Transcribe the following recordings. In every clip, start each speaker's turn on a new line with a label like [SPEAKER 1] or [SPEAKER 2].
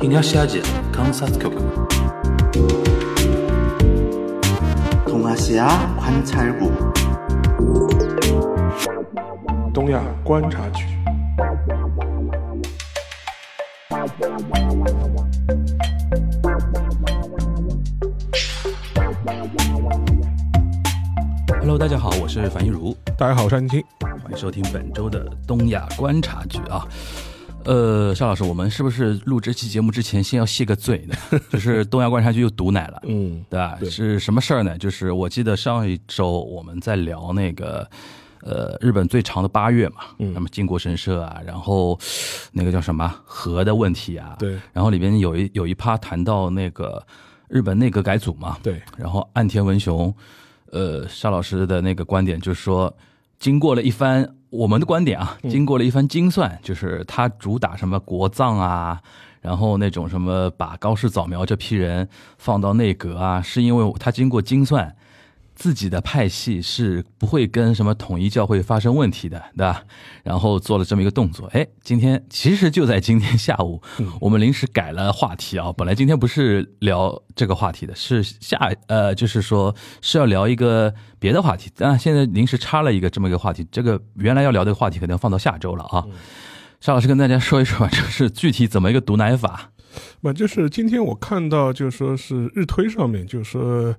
[SPEAKER 1] 東アジア観察局
[SPEAKER 2] 동아시아 관찰국
[SPEAKER 3] 东亚观察局。
[SPEAKER 1] ，Hello，大家好，我是樊一茹，
[SPEAKER 3] 大家好，我是安青。
[SPEAKER 1] 欢迎收听本周的东亚观察局啊。呃，邵老师，我们是不是录这期节目之前先要谢个罪呢？ 就是东亚观察局又毒奶了，
[SPEAKER 3] 嗯，
[SPEAKER 1] 对吧？
[SPEAKER 3] 对
[SPEAKER 1] 是什么事儿呢？就是我记得上一周我们在聊那个。呃，日本最长的八月嘛，
[SPEAKER 3] 嗯
[SPEAKER 1] 那么靖国神社啊，然后那个叫什么河的问题啊，
[SPEAKER 3] 对
[SPEAKER 1] 然后里边有一有一趴谈到那个日本内阁改组嘛，
[SPEAKER 3] 对，
[SPEAKER 1] 然后岸田文雄，呃，沙老师的那个观点就是说，经过了一番我们的观点啊，经过了一番精算，就是他主打什么国葬啊，然后那种什么把高市早苗这批人放到内阁啊，是因为他经过精算。自己的派系是不会跟什么统一教会发生问题的， 对吧？然后做了这么一个动作，哎，今天其实就在今天下午，
[SPEAKER 3] 嗯
[SPEAKER 1] 我们临时改了话题啊。本来今天不是聊这个话题的，是下呃，就是说是要聊一个别的话题，但现在临时插了一个这么一个话题。这个原来要聊的话题可能放到下周了啊。
[SPEAKER 3] 嗯
[SPEAKER 1] 沙老师跟大家说一说，就是具体怎么一个毒奶法？
[SPEAKER 3] 那就是今天我看到，就说是日推上面，就说，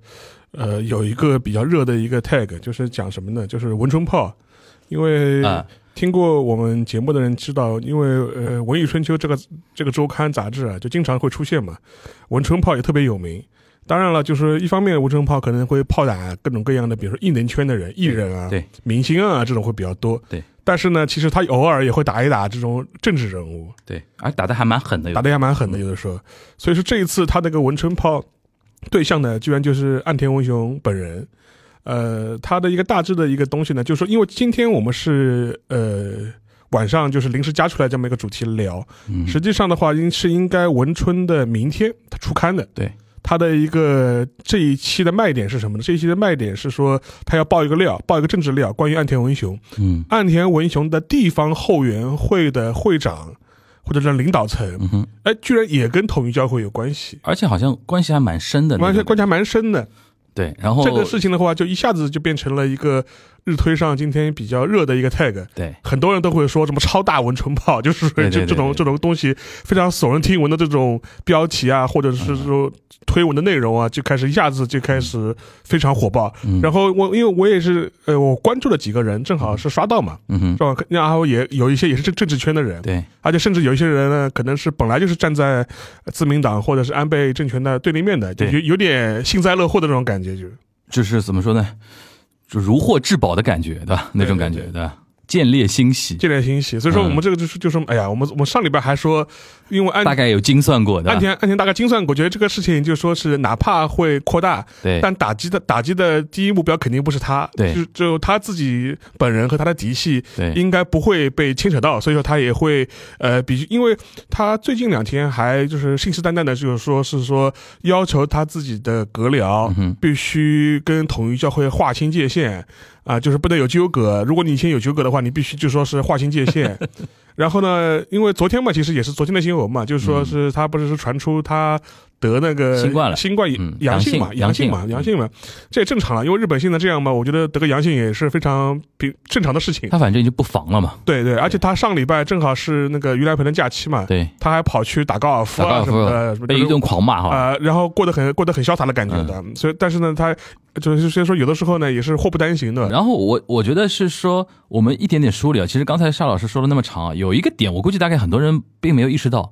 [SPEAKER 3] 呃，有一个比较热的一个 tag，就是讲什么呢？就是文春炮，因为
[SPEAKER 1] 啊
[SPEAKER 3] 听过我们节目的人知道，因为呃，《文艺春秋》这个这个周刊杂志啊，就经常会出现嘛，文春炮也特别有名。当然了，就是一方面，文春炮可能会炮打各种各样的，比如说艺能圈的人、艺人啊、
[SPEAKER 1] 对
[SPEAKER 3] 明星啊这种会比较多。
[SPEAKER 1] 对，
[SPEAKER 3] 但是呢，其实他偶尔也会打一打这种政治人物。
[SPEAKER 1] 对，而打的还蛮狠的，有
[SPEAKER 3] 打
[SPEAKER 1] 的
[SPEAKER 3] 得也蛮狠的，有的时候。所以说这一次他那个文春炮对象呢，居然就是岸田文雄本人。呃，他的一个大致的一个东西呢，就是说，因为今天我们是呃晚上就是临时加出来这么一个主题聊，
[SPEAKER 1] 嗯
[SPEAKER 3] 实际上的话应是应该文春的明天它出刊的。
[SPEAKER 1] 对。
[SPEAKER 3] 它的一个这一期的卖点是什么呢？这一期的卖点是说，他要爆一个料，爆一个政治料，关于岸田文雄。
[SPEAKER 1] 嗯
[SPEAKER 3] 岸田文雄的地方后援会的会长或者是领导层，
[SPEAKER 1] 嗯哼，
[SPEAKER 3] 哎，居然也跟统一教会有关系，
[SPEAKER 1] 而且好像关系还蛮深的，哦
[SPEAKER 3] 关系
[SPEAKER 1] 那个
[SPEAKER 3] 关系还蛮深的。
[SPEAKER 1] 对，然后
[SPEAKER 3] 这个事情的话，就一下子就变成了一个日推上今天比较热的一个 tag。
[SPEAKER 1] 对
[SPEAKER 3] 很多人都会说什么超大文春炮， 就是
[SPEAKER 1] 对
[SPEAKER 3] 这
[SPEAKER 1] 对对
[SPEAKER 3] 这种
[SPEAKER 1] 对
[SPEAKER 3] 这种东西非常耸人听闻的这种标题啊，或者是说推文的内容啊，就开始一下子就开始非常火爆。
[SPEAKER 1] 嗯
[SPEAKER 3] 然后我因为我也是呃，我关注了几个人，正好是刷到嘛，
[SPEAKER 1] 嗯哼，
[SPEAKER 3] 正好然后也有一些也是政政治圈的人，
[SPEAKER 1] 对
[SPEAKER 3] 而且甚至有一些人呢，可能是本来就是站在呃自民党或者是安倍政权的对立面的，就
[SPEAKER 1] 对嗯
[SPEAKER 3] 有有点幸灾乐祸的那种感觉，就是
[SPEAKER 1] 就是怎么说呢，就如获至宝的感觉，对吧？那种感觉，
[SPEAKER 3] 对
[SPEAKER 1] 对吧？见猎欣喜，
[SPEAKER 3] 这点欣喜。所以说
[SPEAKER 1] 嗯
[SPEAKER 3] 我们这个就是就是，哎呀，我们我们上礼拜还说，因为安
[SPEAKER 1] 大概有精算过，对
[SPEAKER 3] 安
[SPEAKER 1] 吧？
[SPEAKER 3] 田安田大概精算过，觉得这个事情就说是哪怕会扩大，
[SPEAKER 1] 对，
[SPEAKER 3] 但打击的打击的第一目标肯定不是他，
[SPEAKER 1] 对
[SPEAKER 3] 就就他自己本人和他的嫡系
[SPEAKER 1] 对，
[SPEAKER 3] 应该不会被牵扯到，所以说他也会呃，比因为他最近两天还就是信誓旦旦的，就是说是说要求他自己的阁僚
[SPEAKER 1] 嗯哼
[SPEAKER 3] 必须跟统一教会划清界限啊、就是不能有纠葛。如果你以前有纠葛的话，你必须就说是划清界 限。然后呢，因为昨天嘛，其实也是昨天的新闻嘛，就是说是他不是是传出他得那个
[SPEAKER 1] 嗯新冠了
[SPEAKER 3] 新冠
[SPEAKER 1] 嗯
[SPEAKER 3] 阳性嘛，
[SPEAKER 1] 阳
[SPEAKER 3] 阳
[SPEAKER 1] 性嗯
[SPEAKER 3] 性嘛，
[SPEAKER 1] 阳性
[SPEAKER 3] 阳性嘛，这也正常了，因为日本现在这样嘛，我觉得得个阳性也是非常比正常的事情。
[SPEAKER 1] 他反正就不防了嘛，
[SPEAKER 3] 对对，而且他上礼拜正好是那个盂兰盆的假期嘛，
[SPEAKER 1] 对，
[SPEAKER 3] 他还跑去打高尔夫
[SPEAKER 1] 打高
[SPEAKER 3] 啊
[SPEAKER 1] 尔
[SPEAKER 3] 什么的，什
[SPEAKER 1] 夫
[SPEAKER 3] 么
[SPEAKER 1] 被一顿嗯狂骂哈，
[SPEAKER 3] 啊、呃然后过得很过得很潇洒的感觉的，所以但是呢，他就是所以说有的时候呢也是祸不单行的，
[SPEAKER 1] 然后我我觉得是说，我们一点点梳理啊。其实刚才邵老师说了那么长啊，有一个点，我估计大概很多人并没有意识到，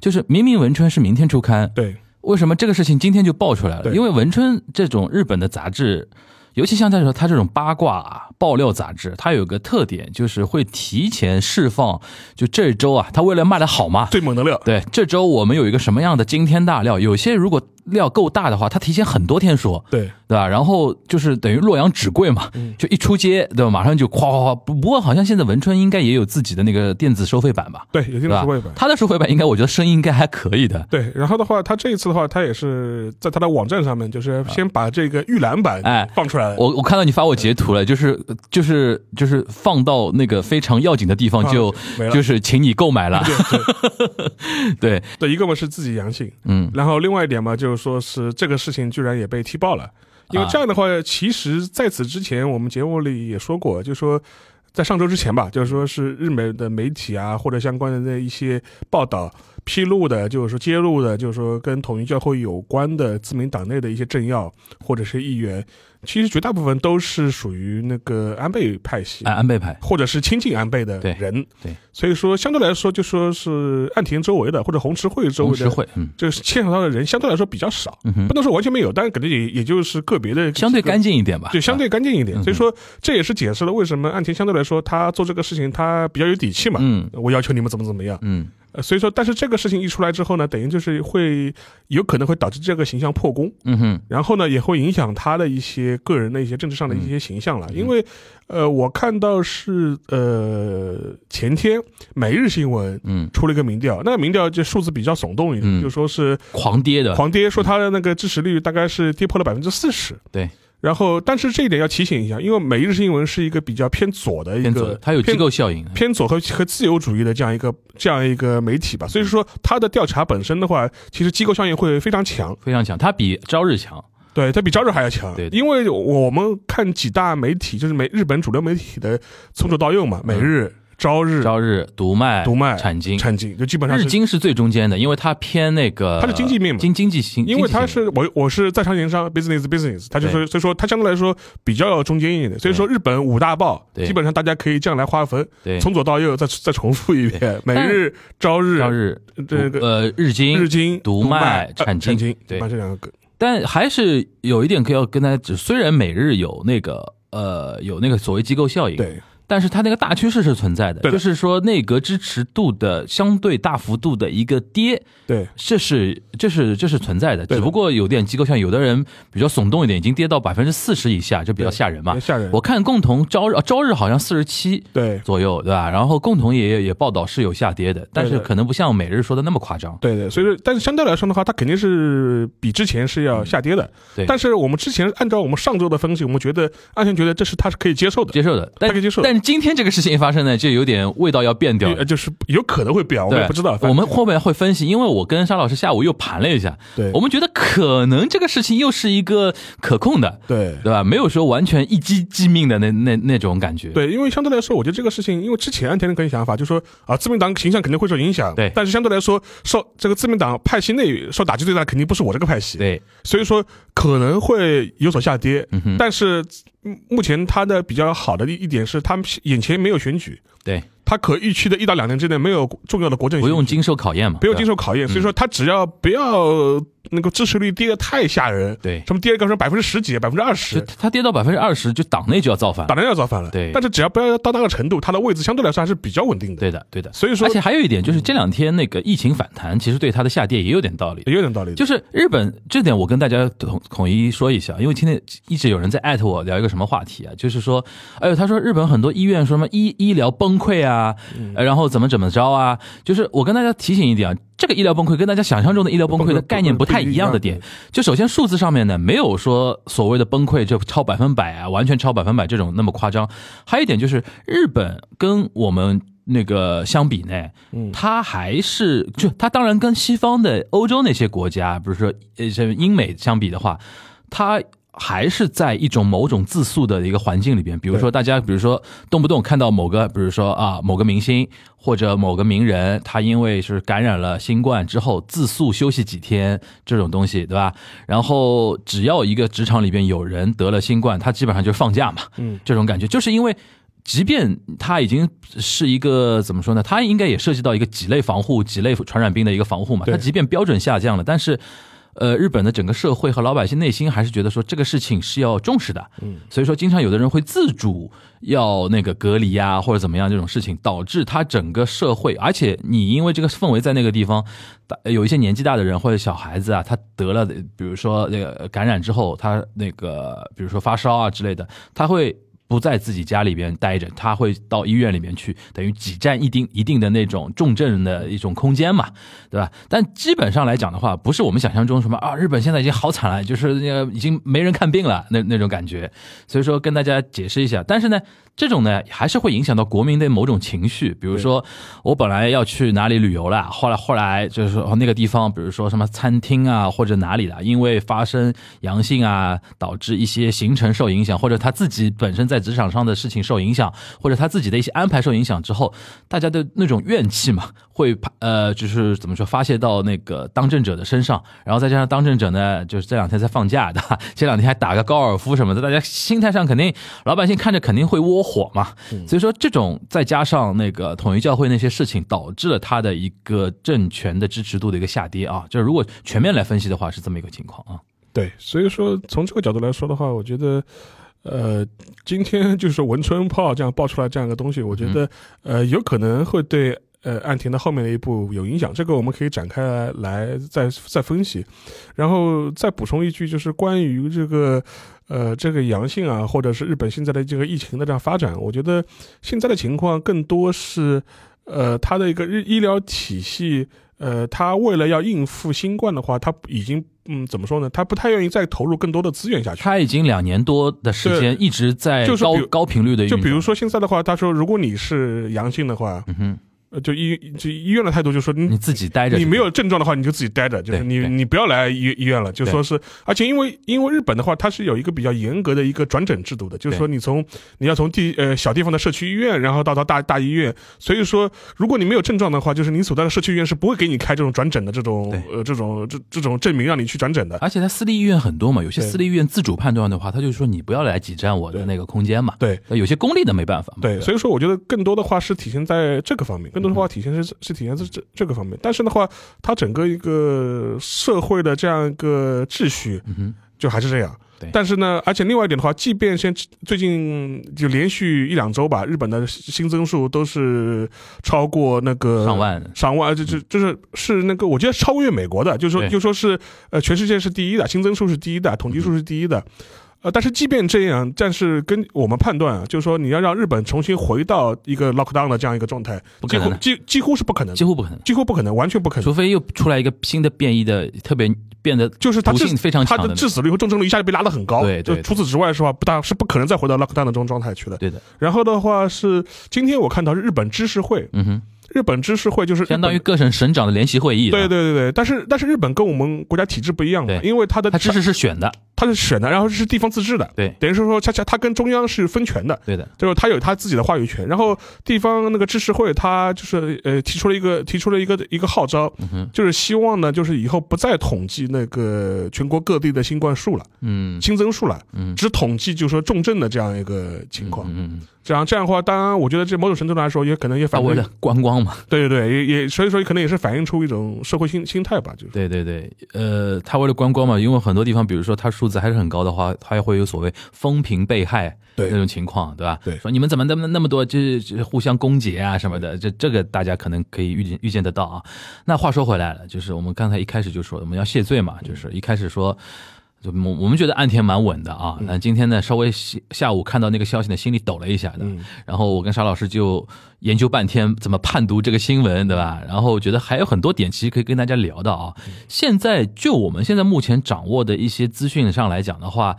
[SPEAKER 1] 就是明明文春是明天出刊，
[SPEAKER 3] 对
[SPEAKER 1] 为什么这个事情今天就爆出来了？
[SPEAKER 3] 对
[SPEAKER 1] 因为文春这种日本的杂志，尤其像他说他这种八卦、啊、爆料杂志，它有个特点就是会提前释放，就这周啊，他为了卖的好嘛，
[SPEAKER 3] 最猛的料，
[SPEAKER 1] 对，这周我们有一个什么样的惊天大料？有些如果料够大的话，他提前很多天说，
[SPEAKER 3] 对，
[SPEAKER 1] 对吧？然后就是等于洛阳纸贵嘛，
[SPEAKER 3] 嗯
[SPEAKER 1] 就一出街，对吧？马上就夸夸夸。不不过好像现在文春应该也有自己的那个电子收费版吧，
[SPEAKER 3] 对，有
[SPEAKER 1] 对
[SPEAKER 3] 这种
[SPEAKER 1] 吧
[SPEAKER 3] 收费版？。
[SPEAKER 1] 他的收费版应该我觉得声音应该还可以的，
[SPEAKER 3] 对，然后的话，他这一次的话，他也是在他的网站上面，就是先把这个预览版
[SPEAKER 1] 啊哎
[SPEAKER 3] 放出来了。
[SPEAKER 1] 我我看到你发我截图了，就是就是就是放到那个非常要紧的地方
[SPEAKER 3] 啊
[SPEAKER 1] 就
[SPEAKER 3] 没了
[SPEAKER 1] 就是请你购买了，对
[SPEAKER 3] 对，一个嘛是自己阳性，
[SPEAKER 1] 嗯，
[SPEAKER 3] 然后另外一点嘛，就是说是这个事情居然也被踢爆了，因为这样的
[SPEAKER 1] 啊
[SPEAKER 3] 话，其实在此之前我们节目里也说过，就说在上周之前吧，就是说是日本的媒体啊或者相关的那一些报道披露的，就是说揭露的，就是说跟统一教会有关的自民党内的一些政要或者是议员，其实绝大部分都是属于那个安倍派系。
[SPEAKER 1] 安安倍派，
[SPEAKER 3] 或者是亲近安倍的
[SPEAKER 1] 对
[SPEAKER 3] 人，
[SPEAKER 1] 啊对
[SPEAKER 3] 所以说相对来说就说是岸田周围的或者红池会周
[SPEAKER 1] 红
[SPEAKER 3] 围
[SPEAKER 1] 十
[SPEAKER 3] 的
[SPEAKER 1] 会，嗯
[SPEAKER 3] 就是牵扯到的人相对来说比较少，
[SPEAKER 1] 嗯哼
[SPEAKER 3] 不，能说完全没有，但是肯定也也就是个别的，
[SPEAKER 1] 相对干净一点吧，
[SPEAKER 3] 对，相对干净一
[SPEAKER 1] 嗯
[SPEAKER 3] 点。
[SPEAKER 1] 哼
[SPEAKER 3] 所以说这也是解释了为什么岸田相对来说他做这个事情他比较有底气嘛。
[SPEAKER 1] 嗯
[SPEAKER 3] 我要求你们怎么怎么样，
[SPEAKER 1] 嗯
[SPEAKER 3] 呃所以说，但是这个事情一出来之后呢，等于就是会有可能会导致这个形象破功，
[SPEAKER 1] 嗯哼，
[SPEAKER 3] 然后呢，也会影响他的一些个人的一些政治上的一些形象
[SPEAKER 1] 嗯
[SPEAKER 3] 了。因为，呃，我看到是呃前天每日新闻
[SPEAKER 1] 嗯，
[SPEAKER 3] 出了一个民调，那个民调就数字比较耸动一
[SPEAKER 1] 嗯
[SPEAKER 3] 点，就说是
[SPEAKER 1] 狂跌的，
[SPEAKER 3] 狂跌，说他的那个支持率大概是跌破了百分之四十。
[SPEAKER 1] 对。
[SPEAKER 3] 然后，但是这一点要提醒一下，因为每日新闻是一个比较偏左的一
[SPEAKER 1] 偏左
[SPEAKER 3] 个，，
[SPEAKER 1] 它有机
[SPEAKER 3] 偏
[SPEAKER 1] 构效应，
[SPEAKER 3] 偏左和和自由主义的这样一个这样一个媒体吧，所以说它的调查本身的话，其实机构效应会非常强，
[SPEAKER 1] 非常强，它比朝日强，
[SPEAKER 3] 对，它比朝日还要强。
[SPEAKER 1] 对的
[SPEAKER 3] 因为我们看几大媒体，就是美日本主流媒体的从左到右嘛，每日、朝日、
[SPEAKER 1] 嗯朝日读卖、
[SPEAKER 3] 读卖
[SPEAKER 1] 产经，
[SPEAKER 3] 产经，就基本上
[SPEAKER 1] 日
[SPEAKER 3] 是
[SPEAKER 1] 经是最中间的，因为它偏那个，
[SPEAKER 3] 它是经济面嘛
[SPEAKER 1] 经经济型，
[SPEAKER 3] 因为
[SPEAKER 1] 嗯
[SPEAKER 3] 他
[SPEAKER 1] 经济型
[SPEAKER 3] 是我我是在商言商 business business，他就说所以说他相对来说比较中间一点的，所以说日本五大报
[SPEAKER 1] 对
[SPEAKER 3] 基本上大家可以这样来划分，
[SPEAKER 1] 对
[SPEAKER 3] 从左到右再再重复一遍，每日、朝日、
[SPEAKER 1] 朝日
[SPEAKER 3] 这个
[SPEAKER 1] 呃日经
[SPEAKER 3] 日经、
[SPEAKER 1] 读
[SPEAKER 3] 卖
[SPEAKER 1] 卖、
[SPEAKER 3] 呃
[SPEAKER 1] 产经
[SPEAKER 3] 产经，
[SPEAKER 1] 对
[SPEAKER 3] 把这两个
[SPEAKER 1] 但还是有一点可以要跟大家指，虽然每日有那个呃有那个所谓机构效应，，
[SPEAKER 3] 对
[SPEAKER 1] 但是它那个大趋势是存在的，
[SPEAKER 3] 对的
[SPEAKER 1] 就是说内阁支持度的相对大幅度的一个跌，
[SPEAKER 3] 对
[SPEAKER 1] 这是这是这是存在的，
[SPEAKER 3] 对的
[SPEAKER 1] 只不过有点机构效应，有的人比较耸动一点，已经跌到百分之四十以下，就比较吓人嘛
[SPEAKER 3] 也。吓人，
[SPEAKER 1] 我看共同朝日啊朝日好像四十七
[SPEAKER 3] 对
[SPEAKER 1] 左右，对吧？然后共同也也报道是有下跌的，但
[SPEAKER 3] 对
[SPEAKER 1] 是
[SPEAKER 3] 的
[SPEAKER 1] 可能不像每日说的那么夸张。
[SPEAKER 3] 对对，所以说，但是相对来说的话，它肯定是比之前是要下跌的。
[SPEAKER 1] 嗯对
[SPEAKER 3] 但是我们之前按照我们上周的分析，我们觉得安全觉得这是它是可以接受的，
[SPEAKER 1] 接受的，但
[SPEAKER 3] 他可以接受
[SPEAKER 1] 但是今天这个事情一发生呢，就有点味道要变掉了
[SPEAKER 3] 呃，。就是有可能会变，我们
[SPEAKER 1] 对，
[SPEAKER 3] 也不知道。反
[SPEAKER 1] 我们后面会分析，因为我跟沙老师下午又盘了一下，
[SPEAKER 3] 对
[SPEAKER 1] 我们觉得可能这个事情又是一个可控的，
[SPEAKER 3] 对
[SPEAKER 1] 对吧？没有说完全一击即命的那那那种感觉。
[SPEAKER 3] 对，因为相对来说，我觉得这个事情，因为之前安田的个人想法就是说啊，自民党形象肯定会受影响，
[SPEAKER 1] 对
[SPEAKER 3] 但是相对来说，受这个自民党派系内受打击最大，肯定不是我这个派系，
[SPEAKER 1] 对
[SPEAKER 3] 所以说可能会有所下跌。
[SPEAKER 1] 嗯哼，
[SPEAKER 3] 但是嗯目前他的比较好的一一点是，他们眼前没有选举，
[SPEAKER 1] 对，
[SPEAKER 3] 他可预期的一到两年之内没有重要的国政
[SPEAKER 1] 不
[SPEAKER 3] 选举
[SPEAKER 1] 用经嗯受考验嘛，
[SPEAKER 3] 不用经
[SPEAKER 1] 受。
[SPEAKER 3] 受考验，所以说他只要不要那个支持率跌得太吓人，
[SPEAKER 1] 对，
[SPEAKER 3] 什么跌个什么百分之十几、百分之二
[SPEAKER 1] 就
[SPEAKER 3] 十，
[SPEAKER 1] 它跌到百分之二十，就党内就要造反。
[SPEAKER 3] 当然要造反了。
[SPEAKER 1] 对
[SPEAKER 3] 但是只要不要到那个程度，它的位置相对来说还是比较稳定的。
[SPEAKER 1] 对的，对的。
[SPEAKER 3] 所以说
[SPEAKER 1] 而且还有一点就是，这两天那个疫情反弹，其实对它的下跌也有点道理。
[SPEAKER 3] 也有点道理的。
[SPEAKER 1] 就是日本这点，我跟大家统统一说一下，因为今天一直有人在艾特我聊一个什么话题啊，就是说，哎呦，他说日本很多医院说什么医医疗崩溃啊，呃然后怎么怎么着啊，就是我跟大家提醒一点啊，这个医疗崩溃跟大家想象中的医疗崩溃的概念不太一样的点，就首先数字上面呢，没有说所谓的崩溃就超百分百啊，完全超百分百这种那么夸张，还有一点就是日本跟我们。那个相比呢，它还是就它当然跟西方的欧洲那些国家，比如说呃像英美相比的话，它还是在一种某种自诉的一个环境里边。比如说大家，比如说动不动看到某个，比如说啊某个明星或者某个名人，他因为是感染了新冠之后自诉休息几天这种东西，对吧？然后只要一个职场里边有人得了新冠，他基本上就放假嘛，
[SPEAKER 3] 嗯，
[SPEAKER 1] 这种感觉，就是因为。即便它已经是一个怎么说呢？它应该也涉及到一个几类防护、几类传染病的一个防护嘛。
[SPEAKER 3] 对
[SPEAKER 1] 它即便标准下降了，但是呃，日本的整个社会和老百姓内心还是觉得说这个事情是要重视的，
[SPEAKER 3] 嗯，
[SPEAKER 1] 所以说经常有的人会自主要那个隔离呀、或者怎么样这种事情，导致他整个社会，而且你因为这个氛围在那个地方，大有一些年纪大的人或者小孩子啊，他得了，比如说那个感染之后，他那个比如说发烧啊之类的，他会。不在自己家里边待着，他会到医院里面去，等于挤占一定一定的那种重症的一种空间嘛，对吧？但基本上来讲的话，不是我们想象中什么啊，日本现在已经好惨了，就是那个已经没人看病了那那种感觉。所以说跟大家解释一下，但是呢，这种呢还是会影响到国民的某种情绪，比如说我本来要去哪里旅游了，后来后来就是说那个地方，比如说什么餐厅啊或者哪里的，因为发生阳性啊，导致一些行程受影响，或者他自己本身在职场上的事情受影响，或者他自己的一些安排受影响之后，大家的那种怨气嘛，会呃就是怎么说发泄到那个当政者的身上，然后再加上当政者呢，就是这两天在放假的， 前两天还打个高尔夫什么的，大家心态上肯定老百姓看着肯定会窝火嘛，
[SPEAKER 3] 嗯
[SPEAKER 1] 所以说这种再加上那个统一教会那些事情，导致了他的一个政权的支持度的一个下跌啊，就是如果全面来分析的话，是这么一个情况啊。
[SPEAKER 3] 对，所以说从这个角度来说的话，我觉得，呃，今天就是文春炮这样爆出来这样一个东西，我觉得，呃，有可能会对呃岸田的后面的一步有影响。这个我们可以展开来来再再分析，然后再补充一句，就是关于这个。呃，这个阳性啊，或者是日本现在的这个疫情的这样发展，我觉得现在的情况更多是，呃，它的一个日医疗体系，呃，它为了要应付新冠的话，它已经嗯，怎么说呢？它不太愿意再投入更多的资源下去。
[SPEAKER 1] 他已经两年多的时间一直在
[SPEAKER 3] 就是
[SPEAKER 1] 高
[SPEAKER 3] 比如
[SPEAKER 1] 高频率的运
[SPEAKER 3] 就
[SPEAKER 1] 转，
[SPEAKER 3] 比如说现在的话，他说如果你是阳性的话，
[SPEAKER 1] 嗯哼，
[SPEAKER 3] 呃就医就医院的态度就说
[SPEAKER 1] 你
[SPEAKER 3] 你
[SPEAKER 1] 自己待着，
[SPEAKER 3] 你没有症状的话，你就自己待着，就是
[SPEAKER 1] 对
[SPEAKER 3] 你
[SPEAKER 1] 对
[SPEAKER 3] 你不要来医医院了，就
[SPEAKER 1] 对
[SPEAKER 3] 说是，而且因为因为日本的话，它是有一个比较严格的一个转诊制度的，就是说你从你要从地呃小地方的社区医院，然后到到大大医院，所以说如果你没有症状的话，就是你所在的社区医院是不会给你开这种转诊的这种
[SPEAKER 1] 对
[SPEAKER 3] 呃这种这这种证明让你去转诊的。
[SPEAKER 1] 而且他私立医院很多嘛，有些
[SPEAKER 3] 对
[SPEAKER 1] 私立医院自主判断的话，他就说你不要来挤占我的
[SPEAKER 3] 对
[SPEAKER 1] 那个空间嘛。
[SPEAKER 3] 对，
[SPEAKER 1] 那有些公立的没办法嘛。
[SPEAKER 3] 对，所以说我觉得更多的话是体现在这个方
[SPEAKER 1] 嗯
[SPEAKER 3] 面，更多的话体现是是体现在这这个方面。但是的话，它整个一个社会的这样一个秩序，
[SPEAKER 1] 嗯哼，
[SPEAKER 3] 就还是这样
[SPEAKER 1] 对。
[SPEAKER 3] 但是呢，而且另外一点的话，即便现最近就连续一两周吧，日本的新增数都是超过那个
[SPEAKER 1] 上万
[SPEAKER 3] 上万，就就就是是那个，我觉得超越美国的，就是说
[SPEAKER 1] 嗯对
[SPEAKER 3] 就说是呃，全世界是第一的，新增数是第一的，统计
[SPEAKER 1] 嗯
[SPEAKER 3] 数是第一的。呃，但是即便这样，但是跟我们判断啊，就是说你要让日本重新回到一个 lockdown 的这样一个状态，
[SPEAKER 1] 不
[SPEAKER 3] 几
[SPEAKER 1] 可能
[SPEAKER 3] 乎嗯
[SPEAKER 1] 的，
[SPEAKER 3] 几几乎是不可能的
[SPEAKER 1] 几，乎不可能，
[SPEAKER 3] 几乎不可能，完全不可能。
[SPEAKER 1] 除非又出来一个新的变异的，特别变得
[SPEAKER 3] 就是它
[SPEAKER 1] 毒
[SPEAKER 3] 致
[SPEAKER 1] 性非常
[SPEAKER 3] 它
[SPEAKER 1] 强
[SPEAKER 3] 的
[SPEAKER 1] 那
[SPEAKER 3] 致
[SPEAKER 1] 种。
[SPEAKER 3] 死率和重症率一下就被拉得很高。
[SPEAKER 1] 对对
[SPEAKER 3] 就除此之外是吧？不大是不可能再回到 lockdown 的这种状态去的。
[SPEAKER 1] 对的，
[SPEAKER 3] 然后的话是今天我看到是日本知识会，
[SPEAKER 1] 嗯哼，
[SPEAKER 3] 日本知识会就是日本
[SPEAKER 1] 相当于各省省长的联席会议。
[SPEAKER 3] 对对，对对，但是但是日本跟我们国家体制不一样嘛，
[SPEAKER 1] 对
[SPEAKER 3] 因为它的
[SPEAKER 1] 他知识是选的，
[SPEAKER 3] 它是选的，然后是地方自治的，
[SPEAKER 1] 对
[SPEAKER 3] 等于是说恰恰它跟中央是分权的。
[SPEAKER 1] 对的，
[SPEAKER 3] 就是他有他自己的话语权，然后地方那个知识会，他就是呃提出了一个提出了一个一个号召，
[SPEAKER 1] 嗯哼
[SPEAKER 3] 就是希望呢，就是以后不再统计那个全国各地的新冠数了，
[SPEAKER 1] 嗯
[SPEAKER 3] 新增数了，
[SPEAKER 1] 嗯
[SPEAKER 3] 只统计就是说重症的这样一个情况。
[SPEAKER 1] 嗯嗯，
[SPEAKER 3] 这样这样的话，当然我觉得这某种程度来说也可能也
[SPEAKER 1] 他
[SPEAKER 3] 反映
[SPEAKER 1] 为，了观光嘛。
[SPEAKER 3] 对对对，也也所以说可能也是反映出一种社会心心态吧，就是
[SPEAKER 1] 对对对，呃，他为了观光嘛，因为很多地方，比如说他数字还是很高的话，他也会有所谓风评被害
[SPEAKER 3] 对
[SPEAKER 1] 那种情况，对吧？
[SPEAKER 3] 对
[SPEAKER 1] 说你们怎么那么那么多，就是就是互相攻讦啊什么的，这这个大家可能可以预见预见得到啊。那话说回来了，就是我们刚才一开始就说我们要谢罪嘛，就是一开始说。就我我们觉得岸田蛮稳的啊，
[SPEAKER 3] 嗯
[SPEAKER 1] 那今天呢稍微下下午看到那个消息呢，心里抖了一下的。
[SPEAKER 3] 嗯
[SPEAKER 1] 然后我跟沙老师就研究半天怎么判读这个新闻，对吧？然后我觉得还有很多点其实可以跟大家聊的啊。现在就我们现在目前掌握的一些资讯上来讲的话，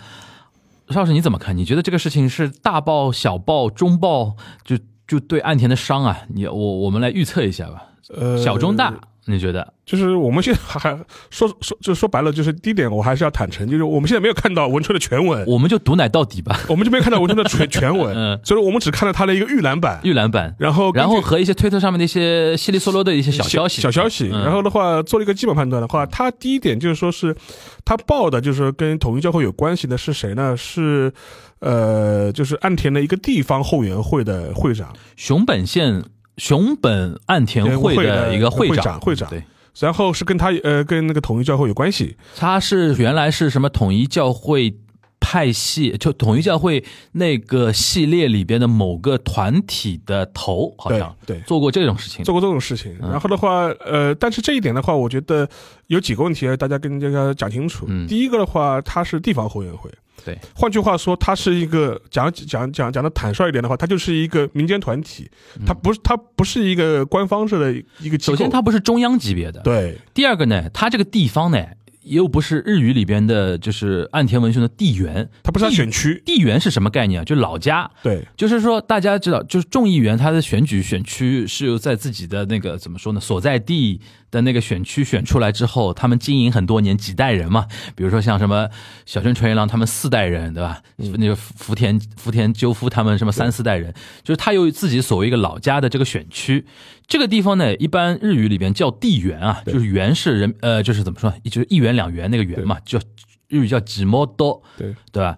[SPEAKER 1] 邵老师你怎么看？你觉得这个事情是大爆、小爆、中爆，就就对岸田的伤啊？你我我们来预测一下吧，
[SPEAKER 3] 呃
[SPEAKER 1] 小中大，你觉得？
[SPEAKER 3] 就是我们现在 还说说就说白了，就是第一点我还是要坦诚，就是我们现在没有看到文春的全文，
[SPEAKER 1] 我们就毒奶到底吧，
[SPEAKER 3] 我们就没有看到文春的 全全文，
[SPEAKER 1] 嗯
[SPEAKER 3] 所以我们只看到他的一个预览版，
[SPEAKER 1] 预览版，
[SPEAKER 3] 然后根
[SPEAKER 1] 然后
[SPEAKER 3] 据
[SPEAKER 1] 和一些推特上面的一些稀里嗦啰的一些小消息，
[SPEAKER 3] 小消息，
[SPEAKER 1] 嗯
[SPEAKER 3] 然后的话做了一个基本判断的话，他第一点就是说是，他报的就是跟统一教会有关系的是谁呢？是，呃，就是岸田的一个地方后援会的会长，
[SPEAKER 1] 熊本县熊本岸田会
[SPEAKER 3] 会的
[SPEAKER 1] 的一个
[SPEAKER 3] 会
[SPEAKER 1] 会
[SPEAKER 3] 长会长
[SPEAKER 1] 对，
[SPEAKER 3] 然后是跟他呃跟那个统一教会有关系，
[SPEAKER 1] 他是原来是什么统一教会派系，就统一教会那个系列里边的某个团体的头，好
[SPEAKER 3] 对
[SPEAKER 1] 像
[SPEAKER 3] 对。
[SPEAKER 1] 做过这种事情。
[SPEAKER 3] 做过这种事情，
[SPEAKER 1] 嗯
[SPEAKER 3] 然后的话，呃，但是这一点的话，我觉得有几个问题呃大家跟大家讲清楚。
[SPEAKER 1] 嗯
[SPEAKER 3] 第一个的话，它是地方后援会，
[SPEAKER 1] 对，
[SPEAKER 3] 换句话说，它是一个讲讲讲讲的坦率一点的话，它就是一个民间团体，它不是它不是一个官方式的一个
[SPEAKER 1] 嗯
[SPEAKER 3] 机
[SPEAKER 1] 首
[SPEAKER 3] 构。
[SPEAKER 1] 先，它不是中央级别的。。
[SPEAKER 3] 对
[SPEAKER 1] 第二个呢，它这个地方呢，又不是日语里边的，就是岸田文雄的地缘。
[SPEAKER 3] 它不是它
[SPEAKER 1] 地
[SPEAKER 3] 选区，
[SPEAKER 1] 地缘是什么概念啊？就老家。
[SPEAKER 3] 对
[SPEAKER 1] 就是说，大家知道，就是众议员他的选举选区是由在自己的那个怎么说呢，所在地的那个选区选出来之后，他们经营很多年，几代人嘛。比如说像什么小泉纯一郎他们四代人，对吧？那个福田福田赳夫他们什么三四代人，就是他有自己所谓一个老家的这个选区。这个地方呢，一般日语里边叫地缘啊，就是缘是人呃，就是怎么说，就是一元两元那个元嘛，叫日语叫几毛多。
[SPEAKER 3] 对
[SPEAKER 1] 对吧？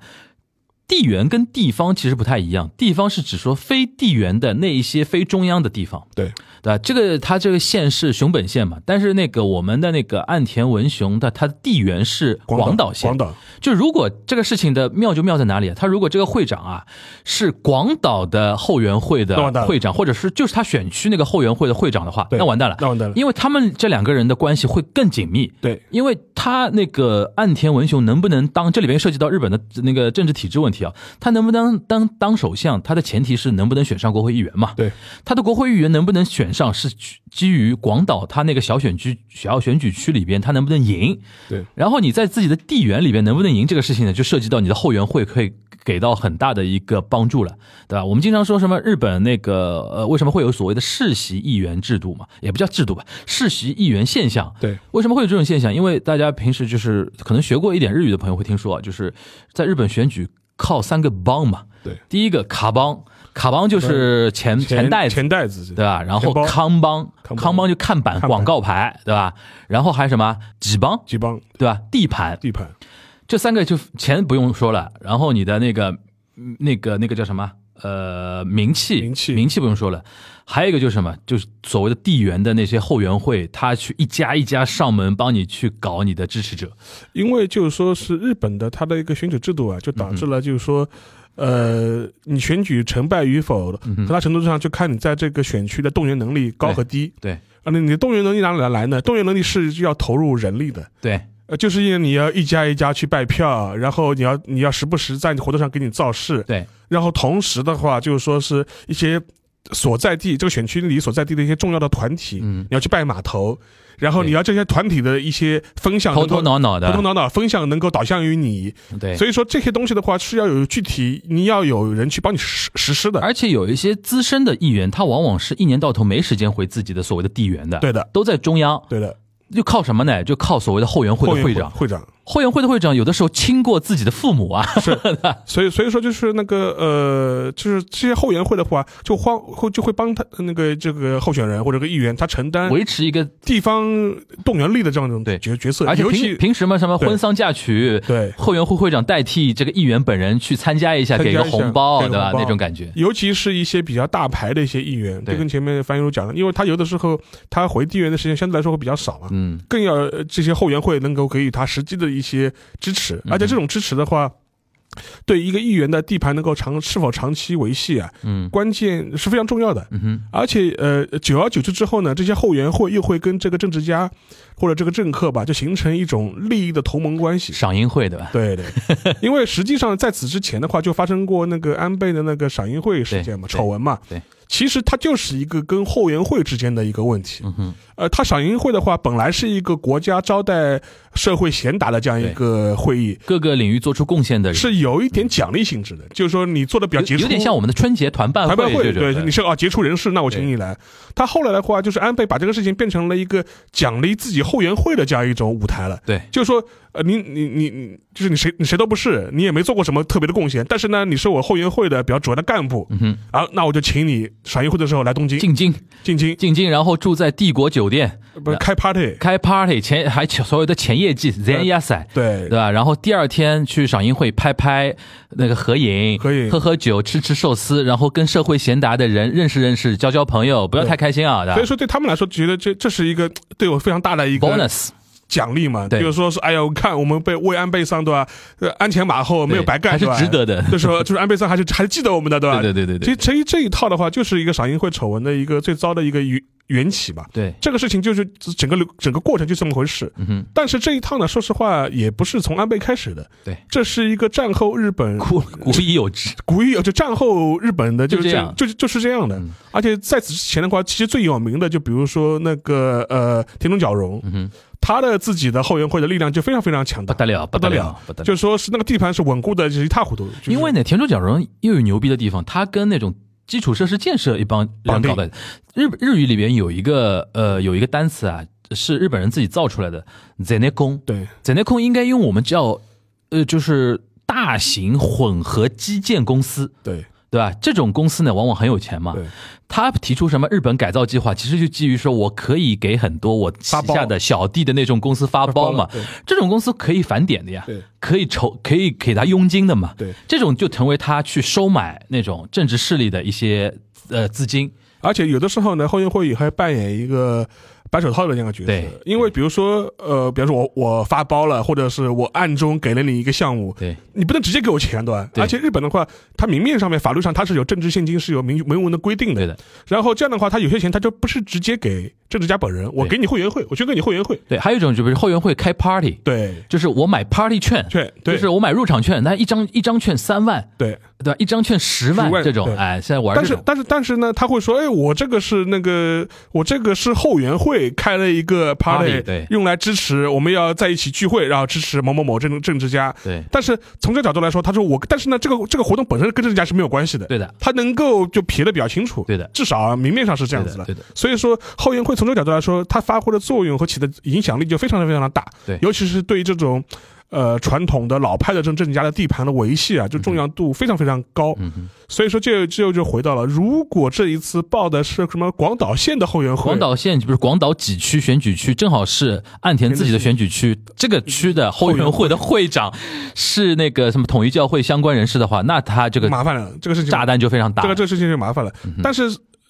[SPEAKER 1] 地缘跟地方其实不太一样，地方是指说非地缘的那一些非中央的地方，
[SPEAKER 3] 对
[SPEAKER 1] 对吧？这个它这个县是熊本县嘛，但是那个我们的那个岸田文雄的它的地缘是广岛县，
[SPEAKER 3] 广岛
[SPEAKER 1] 就如果这个事情的妙就妙在哪里啊？他如果这个会长啊是广岛的后援会
[SPEAKER 3] 那完蛋
[SPEAKER 1] 的
[SPEAKER 3] 了
[SPEAKER 1] 会长，或者是就是他选区那个后援会的会长的话，
[SPEAKER 3] 对
[SPEAKER 1] 那完蛋了，
[SPEAKER 3] 那完蛋了
[SPEAKER 1] 因为他们这两个人的关系会更紧密。
[SPEAKER 3] 对
[SPEAKER 1] 因为他那个岸田文雄能不能当，这里边涉及到日本的那个政治体制问题啊，他能不能当当首相，他的前提是能不能选上国会议员嘛？
[SPEAKER 3] 对，
[SPEAKER 1] 他的国会议员能不能选上，是基基于广岛他那个小选区小选举区里边他能不能赢？
[SPEAKER 3] 对，
[SPEAKER 1] 然后你在自己的地缘里边能不能赢这个事情呢，就涉及到你的后援会可以给到很大的一个帮助了，对吧？我们经常说什么日本那个呃，为什么会有所谓的世袭议员制度嘛？也不叫制度吧，世袭议员现象。
[SPEAKER 3] 对
[SPEAKER 1] 为什么会有这种现象？因为大家平时就是可能学过一点日语的朋友会听说啊，就是在日本选举靠三个帮嘛。
[SPEAKER 3] 对，
[SPEAKER 1] 第一个卡帮，卡帮就是钱钱袋子，
[SPEAKER 3] 钱袋子
[SPEAKER 1] 对吧？然后
[SPEAKER 3] 钱包
[SPEAKER 1] 康帮，
[SPEAKER 3] 康帮
[SPEAKER 1] 康帮就看板
[SPEAKER 3] 看板
[SPEAKER 1] 广告牌，对吧？然后还有什么几帮，
[SPEAKER 3] 几帮
[SPEAKER 1] 对吧？地盘，
[SPEAKER 3] 地盘，
[SPEAKER 1] 这三个就钱不用说了，然后你的那个嗯那个那个叫什么？呃，名气，
[SPEAKER 3] 名气
[SPEAKER 1] 名气不用说了，还有一个就是什么，就是所谓的地缘的那些后援会，他去一家一家上门帮你去搞你的支持者，
[SPEAKER 3] 因为就是说是日本的它的一个选举制度啊，就导致了就是说，呃，你选举成败与否，
[SPEAKER 1] 嗯
[SPEAKER 3] 很大程度上就看你在这个选区的动员能力高和低。
[SPEAKER 1] 对
[SPEAKER 3] 啊，那你的动员能力哪里来呢？动员能力是要投入人力的。
[SPEAKER 1] 对
[SPEAKER 3] 呃，就是因为你要一家一家去拜票，然后你要你要时不时在你活动上给你造势，
[SPEAKER 1] 对，
[SPEAKER 3] 然后同时的话就是说是一些所在地这个选区里所在地的一些重要的团体，
[SPEAKER 1] 嗯
[SPEAKER 3] 你要去拜码头，然后
[SPEAKER 1] 对
[SPEAKER 3] 你要这些团体的一些风向
[SPEAKER 1] 头
[SPEAKER 3] 能
[SPEAKER 1] 头
[SPEAKER 3] 够
[SPEAKER 1] 脑脑
[SPEAKER 3] 头头
[SPEAKER 1] 的，
[SPEAKER 3] 脑脑风向能够导向于你，
[SPEAKER 1] 对，
[SPEAKER 3] 所以说这些东西的话是要有具体，你要有人去帮你实实施的。
[SPEAKER 1] 而且有一些资深的议员，他往往是一年到头没时间回自己的所谓的地缘的，
[SPEAKER 3] 对的，
[SPEAKER 1] 都在中央，
[SPEAKER 3] 对的，
[SPEAKER 1] 就靠什么呢？就靠所谓的后援会
[SPEAKER 3] 后
[SPEAKER 1] 的
[SPEAKER 3] 援
[SPEAKER 1] 会长，
[SPEAKER 3] 会长
[SPEAKER 1] 后援会的会长有的时候亲过自己的父母啊，
[SPEAKER 3] 是，所以所以说就是那个呃，就是这些后援会的话，就帮会就会帮他那个这个候选人或者个议员，他承担
[SPEAKER 1] 维持一个，
[SPEAKER 3] 地方动员力的这样一种
[SPEAKER 1] 对
[SPEAKER 3] 角角色，
[SPEAKER 1] 而且
[SPEAKER 3] 尤
[SPEAKER 1] 平
[SPEAKER 3] 其
[SPEAKER 1] 凭什么什么
[SPEAKER 3] 对
[SPEAKER 1] 婚丧嫁娶，
[SPEAKER 3] 对。
[SPEAKER 1] 后援会会长代替这个议员本人去参加一下，
[SPEAKER 3] 参
[SPEAKER 1] 给
[SPEAKER 3] 加一下
[SPEAKER 1] 个红包，
[SPEAKER 3] 给
[SPEAKER 1] 对
[SPEAKER 3] 个
[SPEAKER 1] 吧
[SPEAKER 3] 红？包
[SPEAKER 1] 那种感觉，
[SPEAKER 3] 尤其是一些比较大牌的一些议员，
[SPEAKER 1] 对
[SPEAKER 3] 就跟前面樊一茹讲的，因为他有的时候他回地缘的时间相对来说会比较少嘛，
[SPEAKER 1] 嗯，
[SPEAKER 3] 更要呃这些后援会能够给予他实际的一些支持，
[SPEAKER 1] 嗯
[SPEAKER 3] 而且这种支持的话，对一个议员的地盘能够长是否长期维系啊，
[SPEAKER 1] 嗯，
[SPEAKER 3] 关键是非常重要的。
[SPEAKER 1] 嗯哼，
[SPEAKER 3] 而且呃，久而久之之后呢，这些后援会又会跟这个政治家或者这个政客吧，就形成一种利益的同盟关系。
[SPEAKER 1] 赏樱会，对吧？
[SPEAKER 3] 对对， 因为实际上在此之前的话，就发生过那个安倍的那个赏樱会事件嘛，
[SPEAKER 1] 对
[SPEAKER 3] 丑闻嘛。
[SPEAKER 1] 对，
[SPEAKER 3] 其实它就是一个跟后援会之间的一个问题。
[SPEAKER 1] 嗯哼，
[SPEAKER 3] 呃，它赏樱会的话，本来是一个国家招待社会贤达的这样一个会议，
[SPEAKER 1] 各个领域做出贡献的人，
[SPEAKER 3] 是有一点奖励性质的，就是说你做的比较
[SPEAKER 1] 有
[SPEAKER 3] 杰出，
[SPEAKER 1] 有点像我们的春节团办
[SPEAKER 3] 台办
[SPEAKER 1] 这
[SPEAKER 3] 会，
[SPEAKER 1] 种的，
[SPEAKER 3] 对，你是啊杰出人士，那我请你来。他后来的话，就是安倍把这个事情变成了一个奖励自己后援会的这样一种舞台了。
[SPEAKER 1] 对
[SPEAKER 3] 就是说，呃，你你你你，就是你谁你谁都不是，你也没做过什么特别的贡献，但是呢，你是我后援会的比较主要的干部，
[SPEAKER 1] 嗯哼，
[SPEAKER 3] 啊，那我就请你赏樱会的时候来东京
[SPEAKER 1] 进京
[SPEAKER 3] 进京，
[SPEAKER 1] 进京，然后住在帝国酒店，
[SPEAKER 3] 不是开 party，
[SPEAKER 1] 开 party 前还所有的前夜业绩 Zen y a s a
[SPEAKER 3] 对
[SPEAKER 1] 对吧？然后第二天去赏樱会拍拍那个合影，
[SPEAKER 3] 合影
[SPEAKER 1] 喝喝酒，吃吃寿司，然后跟社会闲达的人认识认识，交交朋友，不要
[SPEAKER 3] 对
[SPEAKER 1] 太开心啊，对
[SPEAKER 3] 所以
[SPEAKER 1] 吧
[SPEAKER 3] 说对他们来说，觉得这这是一个对我非常大的一个
[SPEAKER 1] ？bonus
[SPEAKER 3] 奖励嘛。
[SPEAKER 1] 对
[SPEAKER 3] 比如说是哎呀，我看我们被为安倍桑对吧，呃鞍前马后没有
[SPEAKER 1] 对
[SPEAKER 3] 白干，
[SPEAKER 1] 还是
[SPEAKER 3] 对吧
[SPEAKER 1] 值得的。
[SPEAKER 3] 这时候 就是安倍桑还是还是记得我们的，对吧？
[SPEAKER 1] 对对对对对
[SPEAKER 3] 其实其实这一套的话，就是一个赏樱会丑闻的一个最糟的一个缘缘起吧。
[SPEAKER 1] 对，
[SPEAKER 3] 这个事情就是整个流整个过程就这么回事。
[SPEAKER 1] 嗯哼，
[SPEAKER 3] 但是这一趟呢，说实话也不是从安倍开始的，
[SPEAKER 1] 对，
[SPEAKER 3] 这是一个战后日本
[SPEAKER 1] 古古已有之，
[SPEAKER 3] 古意，就战后日本的就是
[SPEAKER 1] 就这样
[SPEAKER 3] 就是就是这样的。
[SPEAKER 1] 嗯
[SPEAKER 3] 而且在此之前的话，其实最有名的就比如说那个呃田中角荣，
[SPEAKER 1] 嗯哼，
[SPEAKER 3] 他的自己的后援会的力量就非常非常强
[SPEAKER 1] 不
[SPEAKER 3] 大，
[SPEAKER 1] 得了，不得
[SPEAKER 3] 得
[SPEAKER 1] 了，不得了。
[SPEAKER 3] 就说是那个地盘是稳固的，就是一塌糊涂。就是
[SPEAKER 1] 因为呢，田中角荣又有牛逼的地方，他跟那种基础设施建设一帮人
[SPEAKER 3] 绑定
[SPEAKER 1] 搞的。日日语里边有一个呃有一个单词啊，是日本人自己造出来的 z e n e k o n
[SPEAKER 3] 对
[SPEAKER 1] z e n e k o n 应该用我们叫呃就是大型混合基建公司。
[SPEAKER 3] 对
[SPEAKER 1] 对吧？这种公司呢，往往很有钱嘛
[SPEAKER 3] 对。
[SPEAKER 1] 他提出什么日本改造计划，其实就基于说我可以给很多我旗
[SPEAKER 3] 发包
[SPEAKER 1] 下的小弟的那种公司发包嘛
[SPEAKER 3] 对。
[SPEAKER 1] 这种公司可以返点的呀
[SPEAKER 3] 对，
[SPEAKER 1] 可以筹，可以给他佣金的嘛。
[SPEAKER 3] 对，
[SPEAKER 1] 这种就成为他去收买那种政治势力的一些呃资金。
[SPEAKER 3] 而且有的时候呢，后援会也还扮演一个白手套的那样的角
[SPEAKER 1] 对
[SPEAKER 3] 色，因为比如说呃，比如说我我发包了，或者是我暗中给了你一个项目，
[SPEAKER 1] 对，
[SPEAKER 3] 你不能直接给我钱，对吧？
[SPEAKER 1] 对
[SPEAKER 3] 而且日本的话，它明面上面法律上它是有政治现金是有明明文的规定的。
[SPEAKER 1] 对的，
[SPEAKER 3] 然后这样的话，它有些钱它就不是直接给政治家本人，我
[SPEAKER 1] 对
[SPEAKER 3] 给你后援会，我捐给你后援会。
[SPEAKER 1] 对。还有一种就是后援会开 party，
[SPEAKER 3] 对，
[SPEAKER 1] 就是我买 party 券，
[SPEAKER 3] 券对
[SPEAKER 1] 就是我买入场券，那一张一张券三万，
[SPEAKER 3] 对。
[SPEAKER 1] 对吧？一张券十万
[SPEAKER 3] 10万
[SPEAKER 1] 这种
[SPEAKER 3] 对，
[SPEAKER 1] 哎，现在玩
[SPEAKER 3] 但
[SPEAKER 1] 这
[SPEAKER 3] 是
[SPEAKER 1] 种。
[SPEAKER 3] 但是但是呢，他会说，哎，我这个是那个，我这个是后援会开了一个
[SPEAKER 1] Party，
[SPEAKER 3] party，
[SPEAKER 1] 对
[SPEAKER 3] 用来支持我们要在一起聚会，然后支持某某某政政治家。
[SPEAKER 1] 对
[SPEAKER 3] 但是从这角度来说，他说我，但是呢，这个这个活动本身跟政治家是没有关系的。
[SPEAKER 1] 对的，
[SPEAKER 3] 他能够就撇的比较清楚。
[SPEAKER 1] 对的
[SPEAKER 3] 至少啊明面上是这样子的。
[SPEAKER 1] 对的对的
[SPEAKER 3] 所以说，后援会从这个角度来说，它发挥的作用和起的影响力就非常非常的大。
[SPEAKER 1] 对
[SPEAKER 3] 尤其是对于这种。呃，传统的老派的这种政治家的地盘的维系啊，就重要度非常非常高。
[SPEAKER 1] 嗯哼，
[SPEAKER 3] 所以说这就就回到了，如果这一次报的是什么广岛县的后援会，
[SPEAKER 1] 广岛县不是广岛几区选举区，正好是岸田自己的选举区。这个区的后援会的会长是那个什么统一教会相关人士的话，那他这个
[SPEAKER 3] 麻烦了，这个事情
[SPEAKER 1] 炸嗯弹就非常大
[SPEAKER 3] 这。个这个事情就麻烦了。但是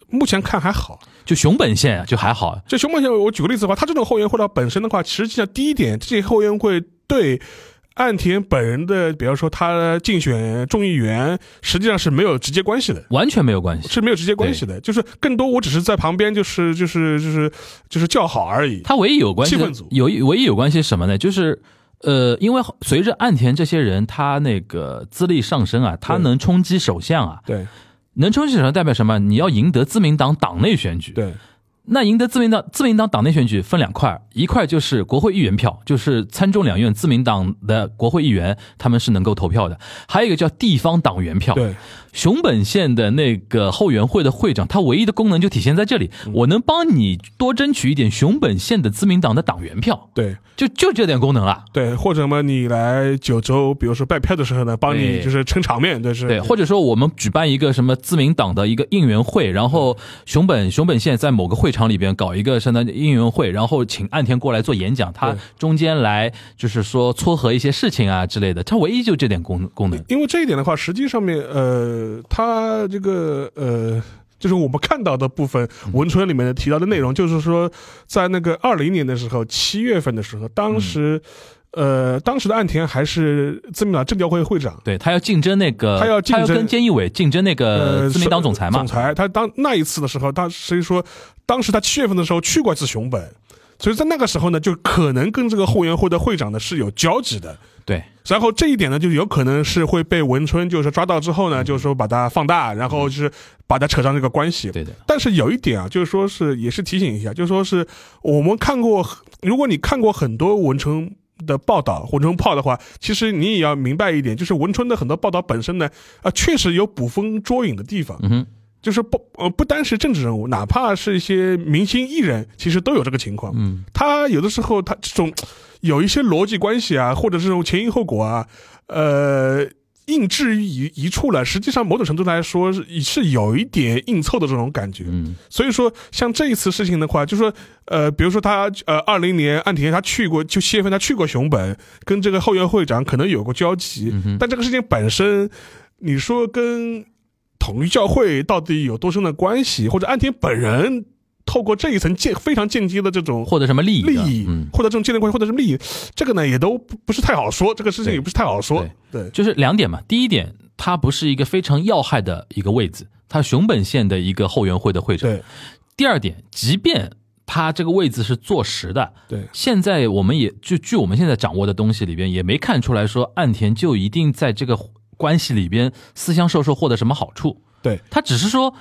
[SPEAKER 3] 目前看还好，
[SPEAKER 1] 就熊本县啊就还好，
[SPEAKER 3] 就熊本县，我举个例子的话，他这种后援会的话本身的话，实际上第一点，这些后援会对岸田本人的，比方说他竞选众议员，实际上是没有直接关系的。
[SPEAKER 1] 完全没有关系。
[SPEAKER 3] 是没有直接关系的，就是更多我只是在旁边、就是，就是就是就是叫好而已。
[SPEAKER 1] 他唯一有关系
[SPEAKER 3] 气
[SPEAKER 1] 的
[SPEAKER 3] 氛组
[SPEAKER 1] 有唯一有关系是什么呢？就是呃，因为随着岸田这些人他那个资历上升啊，他
[SPEAKER 3] 对
[SPEAKER 1] 能冲击首相啊，
[SPEAKER 3] 对
[SPEAKER 1] 能冲击首相代表什么？你要赢得自民党党内选举，
[SPEAKER 3] 对
[SPEAKER 1] 那赢得自民党自民党党内选举分两块儿，一块儿就是国会议员票，就是参众两院自民党的国会议员他们是能够投票的，还有一个叫地方党员票。
[SPEAKER 3] 对，
[SPEAKER 1] 熊本县的那个后援会的会长，他唯一的功能就体现在这里，我能帮你多争取一点熊本县的自民党的党员票，
[SPEAKER 3] 对
[SPEAKER 1] 就就这点功能了。
[SPEAKER 3] 对，或者么你来九州，比如说拜票的时候呢，帮
[SPEAKER 1] 对
[SPEAKER 3] 你就是撑场面，对是，
[SPEAKER 1] 对，或者说我们举办一个什么自民党的一个应援会，然
[SPEAKER 3] 嗯
[SPEAKER 1] 后熊本熊本县在某个会场里边搞一个相当于应援会，然后请岸田过来做演讲，他
[SPEAKER 3] 对
[SPEAKER 1] 中间来就是说撮合一些事情啊之类的，他唯一就这点功能功能。
[SPEAKER 3] 因为这一点的话，实际上面呃，它这个呃。就是我们看到的部分文春里面的提到的内容，就是说，在那个二零年的时候，七月份的时候，当
[SPEAKER 1] 嗯
[SPEAKER 3] 时，呃，当时的岸田还是自民党政调会会长，
[SPEAKER 1] 对他要竞争那个，
[SPEAKER 3] 他要竞争
[SPEAKER 1] 跟菅义伟竞争那个
[SPEAKER 3] 呃，
[SPEAKER 1] 自民党总裁嘛
[SPEAKER 3] 总。裁，他当那一次的时候，他所以说，当时他七月份的时候去过一次熊本，所以在那个时候呢，就可能跟这个后援会的会长呢是有交集的。
[SPEAKER 1] 对
[SPEAKER 3] 然后这一点呢，就是有可能是会被文春就是抓到之后
[SPEAKER 1] 嗯
[SPEAKER 3] 呢，就是说把它放大，然后就是把它扯上这个关系。
[SPEAKER 1] 对的，
[SPEAKER 3] 但是有一点啊，就是说是也是提醒一下，就是说是呃我们看过，如果你看过很多文春的报道、文春炮的话，其实你也要明白一点，就是文春的很多报道本身呢，啊，确实有捕风捉影的地方，
[SPEAKER 1] 嗯哼，
[SPEAKER 3] 就是不呃不单是政治人物，哪怕是一些明星艺人，其实都有这个情况。
[SPEAKER 1] 嗯，
[SPEAKER 3] 他有的时候他啊这种有一些逻辑关系啊，或者是这种前因后果啊，呃，硬置于一一处了，实际上某种程度来说是是有一点硬凑的这种感觉。
[SPEAKER 1] 嗯
[SPEAKER 3] 所以说，像这一次事情的话，就说，呃，比如说他，呃，二零年岸田他去过，就谢芬他去过熊本，跟这个后援会长可能有过交集，
[SPEAKER 1] 嗯哼
[SPEAKER 3] 但这个事情本身，你说跟统一教会到底有多深的关系，或者岸田本人透过这一层间非常间接的这种
[SPEAKER 1] 获得什么利益的？
[SPEAKER 3] 利益，
[SPEAKER 1] 嗯，
[SPEAKER 3] 获得这种间接关系，或者是利益，这个呢也都不不是太好说，这个事情也不是太好说，对，
[SPEAKER 1] 就是两点嘛。第一点，他不是一个非常要害的一个位置，他熊本县的一个后援会的会长。
[SPEAKER 3] 对，
[SPEAKER 1] 第二点，即便他这个位置是坐实的，
[SPEAKER 3] 对，
[SPEAKER 1] 现在我们也就据我们现在掌握的东西里边，也没看出来说岸田就一定在这个关系里边私相授受获得什么好处。
[SPEAKER 3] 对，
[SPEAKER 1] 他只是说，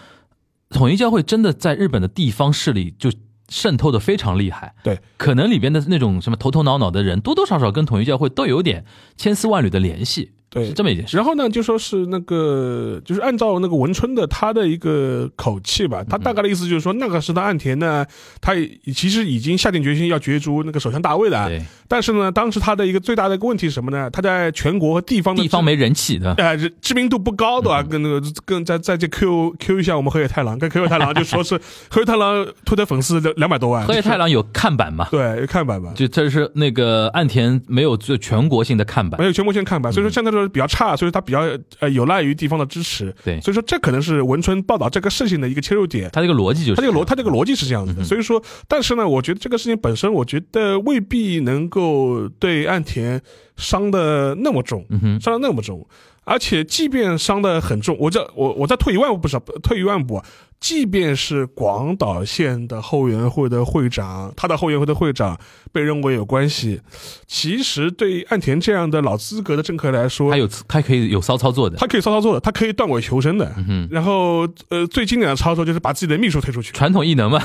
[SPEAKER 1] 统一教会真的在日本的地方势力就渗透的非常厉害。
[SPEAKER 3] 对，
[SPEAKER 1] 可能里边的那种什么头头脑脑的人，多多少少跟统一教会都有点千丝万缕的联系，
[SPEAKER 3] 对
[SPEAKER 1] 是，这么一件事。
[SPEAKER 3] 然后呢，就说是那个，就是按照那个文春的他的一个口气
[SPEAKER 1] 嗯
[SPEAKER 3] 吧，他大概的意思就是说，那个时代岸田呢，他也其实已经下定决心要角逐那个首相大位了。
[SPEAKER 1] 对，
[SPEAKER 3] 但是呢，当时他的一个最大的一个问题是什么呢？他在全国和地方的
[SPEAKER 1] 地方没嗯人气的，
[SPEAKER 3] 呃知知名度不高的、啊，跟那个跟再再去 Q Q 一下我们河野太郎，跟河野太郎就说是 河野太郎推特粉丝两两百多万，
[SPEAKER 1] 河野太郎有看板嘛？
[SPEAKER 3] 对有看板吧。
[SPEAKER 1] 就这是那个岸田没有做全国性的看板
[SPEAKER 3] 没，有全国性看
[SPEAKER 1] 嗯
[SPEAKER 3] 板，所以说相对来说比较差，所以说他比较呃有赖于地方的支持，
[SPEAKER 1] 对
[SPEAKER 3] 所以说这可能是文春报道这个事情的一个切入点。
[SPEAKER 1] 他这个逻辑就是嗯
[SPEAKER 3] 他这个逻，他这个逻辑是这样子的，所以说，但是呢，我觉得这个事情本身，我觉得未必能够对岸田伤的那么重，
[SPEAKER 1] 嗯哼，
[SPEAKER 3] 伤的那么重。而且，即便伤的很重，我这我我再退一万步不是，退一万步啊，即便是广岛县的后援会的会长，他的后援会的会长被认为有关系，其实对岸田这样的老资格的政客来说
[SPEAKER 1] 他，有他可以有骚操作的，
[SPEAKER 3] 他可以骚操作的，他可以断尾求生的。
[SPEAKER 1] 嗯哼，
[SPEAKER 3] 然后，呃，最经典的操作就是把自己的秘书推出去，
[SPEAKER 1] 传统异能 嘛，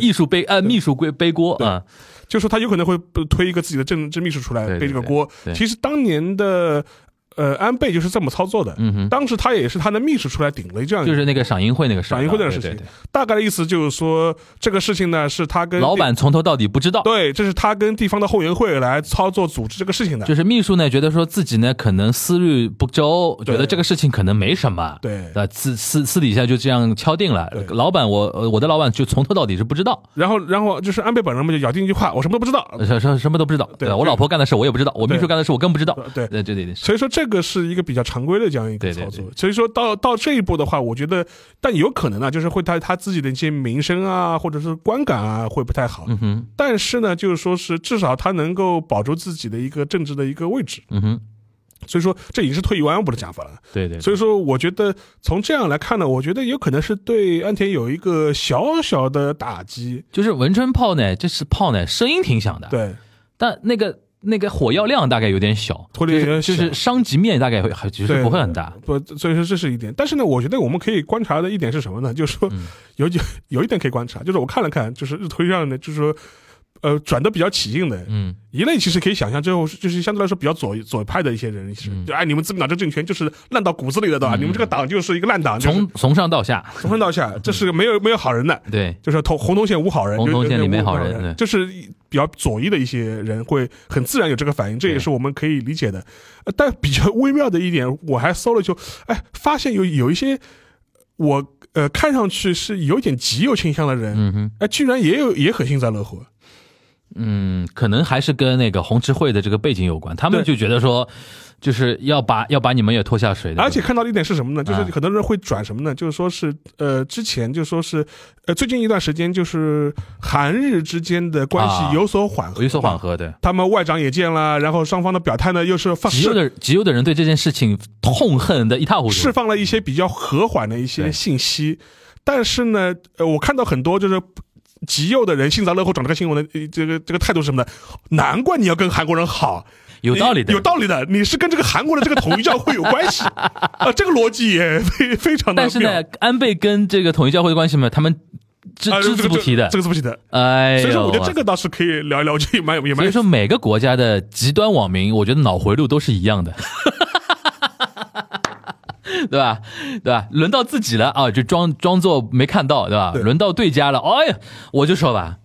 [SPEAKER 1] 艺术背呃秘术归背锅
[SPEAKER 3] 对
[SPEAKER 1] 啊，
[SPEAKER 3] 就说他有可能会呃推一个自己的政治秘书出来
[SPEAKER 1] 对对
[SPEAKER 3] 背这个锅
[SPEAKER 1] 对。对
[SPEAKER 3] 其实当年的呃安倍就是这么操作的，
[SPEAKER 1] 嗯哼，
[SPEAKER 3] 当时他也是他的秘书出来顶了一这样一个，
[SPEAKER 1] 就是那个赏樱会那个事儿啊，
[SPEAKER 3] 赏樱会那
[SPEAKER 1] 那
[SPEAKER 3] 个事情大概的意思就是说这个事情呢是他跟
[SPEAKER 1] 老。板从头到底不知道，
[SPEAKER 3] 对，这是他跟地方的后援会来操作组织这个事情的。
[SPEAKER 1] 就是秘书呢觉得说自己呢可能思虑不周，
[SPEAKER 3] 对
[SPEAKER 1] 觉得这个事情可能没什么，
[SPEAKER 3] 对
[SPEAKER 1] 呃私私私底下就这样敲定了
[SPEAKER 3] 对，
[SPEAKER 1] 老板我呃我的老板就从头到底是不知道，
[SPEAKER 3] 然后，然后就是安倍本人嘛，就咬定一句话：“我什么都不知道。
[SPEAKER 1] 呃什什什么都不知道，
[SPEAKER 3] 对
[SPEAKER 1] 呃我
[SPEAKER 3] 这个
[SPEAKER 1] 老婆干的事我也不知道，我秘
[SPEAKER 3] 对
[SPEAKER 1] 书干的事我更不知道，
[SPEAKER 3] 对，
[SPEAKER 1] 呃这点是
[SPEAKER 3] 所以说这个是一个比较常规的这样一个
[SPEAKER 1] 对
[SPEAKER 3] 操
[SPEAKER 1] 对
[SPEAKER 3] 作。
[SPEAKER 1] 对
[SPEAKER 3] 所以说到到这一步的话，我觉得，但有可能啊，就是会他他自己的一些名声啊，或者是观感啊，会不太好。
[SPEAKER 1] 嗯哼
[SPEAKER 3] 但是呢，就是说是至少他能够保住自己的一个政治的一个位置，
[SPEAKER 1] 嗯哼，
[SPEAKER 3] 所以说这已经是退一万步的讲法了。
[SPEAKER 1] 对对，
[SPEAKER 3] 所以说，我觉得从这样来看呢，我觉得有可能是对安田有一个小小的打击。
[SPEAKER 1] 就是文春炮呢，这是炮呢，声音挺响的，，
[SPEAKER 3] 对，
[SPEAKER 1] 但那个那个火药量大概有点小，
[SPEAKER 3] 火力有点
[SPEAKER 1] 就是
[SPEAKER 3] 小
[SPEAKER 1] 伤及面大概会还其实
[SPEAKER 3] 对
[SPEAKER 1] 不会很大，
[SPEAKER 3] 不，所以说这是一点。但是呢，我觉得我们可以观察的一点是什么呢？ 就是说
[SPEAKER 1] 嗯
[SPEAKER 3] 有有有一点可以观察，就是我看了看，就是日推上的，就是说。呃，转的比较起劲的
[SPEAKER 1] 嗯，
[SPEAKER 3] 一类，其实可以想象，最后是就是相对来说比较左左派的一些人，是
[SPEAKER 1] 嗯
[SPEAKER 3] 就哎，你们自民党这政权就是烂到骨子里了的啊，
[SPEAKER 1] 嗯
[SPEAKER 3] 你们这个党就是一个烂党，就是
[SPEAKER 1] 从从上到下，
[SPEAKER 3] 从上到下，这是个没有没有好人的，
[SPEAKER 1] 对，
[SPEAKER 3] 就是同红铜线无好人，
[SPEAKER 1] 红铜
[SPEAKER 3] 就是
[SPEAKER 1] 线里没好人
[SPEAKER 3] 无
[SPEAKER 1] 对
[SPEAKER 3] 就是比较左翼的一些人会很自然有这个反应，这也是我们可以理解的。呃但比较微妙的一点，我还搜了就，哎，发现有有一些我呃看上去是有点极右倾向的人，
[SPEAKER 1] 嗯哼，
[SPEAKER 3] 哎，居然也有也很幸灾乐祸。
[SPEAKER 1] 嗯，可能还是跟那个红池会的这个背景有关，他们
[SPEAKER 3] 对
[SPEAKER 1] 就觉得说，就是要把要把你们也拖下水的，
[SPEAKER 3] 而且看到的一点是什么呢？就是
[SPEAKER 1] 啊
[SPEAKER 3] 很多人会转什么呢？就是说是呃，之前就说是呃，最近一段时间就是韩日之间的关
[SPEAKER 1] 啊
[SPEAKER 3] 系有所缓和，
[SPEAKER 1] 有所缓。和的。
[SPEAKER 3] 他们外长也见了，然后双方的表态呢又是放
[SPEAKER 1] 极右的极右的人对这件事情痛恨的一塌糊涂，
[SPEAKER 3] 释放了一些比较和缓的一些
[SPEAKER 1] 对
[SPEAKER 3] 信息，但是呢，呃，我看到很多就是极右的人幸灾乐祸转这个新闻的，呃这个这个态度是什么的，难怪你要跟韩国人好，
[SPEAKER 1] 有道理的，
[SPEAKER 3] 有道理的，你是跟这个韩国的这个统一教会有 关系啊，这个逻辑也非非常的
[SPEAKER 1] 但是呢，安倍跟这个统一教会的关系嘛，他们只
[SPEAKER 3] 妙，啊
[SPEAKER 1] 只字不提的
[SPEAKER 3] 这。个这个字不提的，
[SPEAKER 1] 哎呦，
[SPEAKER 3] 所以说我觉得这个倒是可以聊一聊，这也蛮有也
[SPEAKER 1] 所
[SPEAKER 3] 蛮
[SPEAKER 1] 以说，每个国家的极端网民，我觉得脑回路都是一样的， 对吧？对吧？轮到自己了啊，就装装作没看到，对吧？
[SPEAKER 3] 对
[SPEAKER 1] 轮到对家了，哎呀，我就说吧，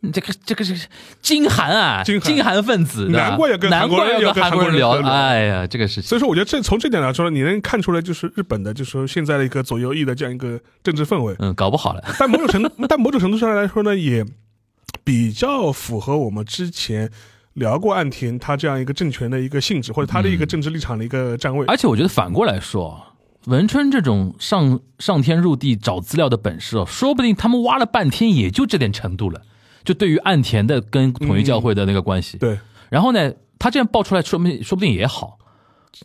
[SPEAKER 1] 你这个这个是金韩啊，
[SPEAKER 3] 金韩
[SPEAKER 1] 韩分子的，
[SPEAKER 3] 难怪要跟
[SPEAKER 1] 难怪要
[SPEAKER 3] 韩
[SPEAKER 1] 韩
[SPEAKER 3] 国
[SPEAKER 1] 国
[SPEAKER 3] 人
[SPEAKER 1] 人
[SPEAKER 3] 聊
[SPEAKER 1] 聊，哎呀，这个事情，
[SPEAKER 3] 所以说，我觉得这从这点来说，你能看出来，就是日本的，就是说现在的一个左右翼的这样一个政治氛围。
[SPEAKER 1] 嗯，搞不好了，
[SPEAKER 3] 但某种程度，但某种程度上来说呢，也比较符合我们之前聊过岸田他这样一个政权的一个性质，或者他的一个政治立场的一个站位。
[SPEAKER 1] 而且我觉得反过来说，文春这种上上天入地找资料的本事哦，说不定他们挖了半天也就这点程度了。就对于岸田的跟统一教会的那个关系，
[SPEAKER 3] 嗯对，
[SPEAKER 1] 然后呢，他这样爆出来，说明说不定也好。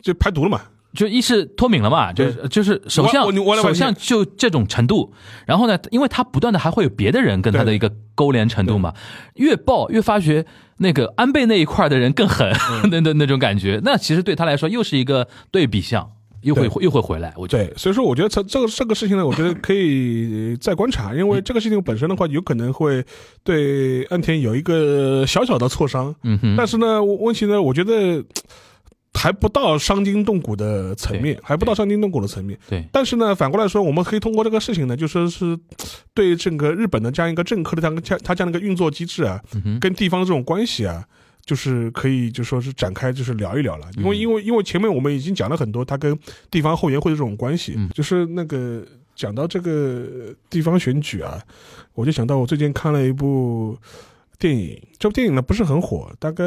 [SPEAKER 3] 就排毒了嘛。
[SPEAKER 1] 就一是脱敏了嘛，就
[SPEAKER 3] 对
[SPEAKER 1] 是就是首相
[SPEAKER 3] 我我我来
[SPEAKER 1] 首相就这种程度，然后呢，因为他不断的还会有别的人跟他的
[SPEAKER 3] 对
[SPEAKER 1] 一个勾连程度嘛，越爆越发觉那个安倍那一块的人更狠，
[SPEAKER 3] 嗯
[SPEAKER 1] 那那那种感觉，那其实对他来说又是一个对比项，又会又会回来，我觉得
[SPEAKER 3] 对，所以说我觉得这这个这个事情呢，我觉得可以再观察，因为这个事情本身的话，有可能会对岸田有一个小小的挫伤，
[SPEAKER 1] 嗯哼，
[SPEAKER 3] 但是呢，问问题呢，我觉得还不到伤筋动骨的层面，还不到伤筋动骨的层面。
[SPEAKER 1] 对，
[SPEAKER 3] 但是呢，反过来说，我们可以通过这个事情呢，就说是对整个日本的这样一个政客的这样一个他这样的一个运作机制啊，
[SPEAKER 1] 嗯哼，
[SPEAKER 3] 跟地方这种关系啊，就是可以就说是展开就是聊一聊了，因
[SPEAKER 1] 嗯
[SPEAKER 3] 为因为因为前面我们已经讲了很多他跟地方后援会的这种关系
[SPEAKER 1] 嗯，
[SPEAKER 3] 就是那个讲到这个地方选举啊，我就想到我最近看了一部。电影这部电影呢不是很火，大概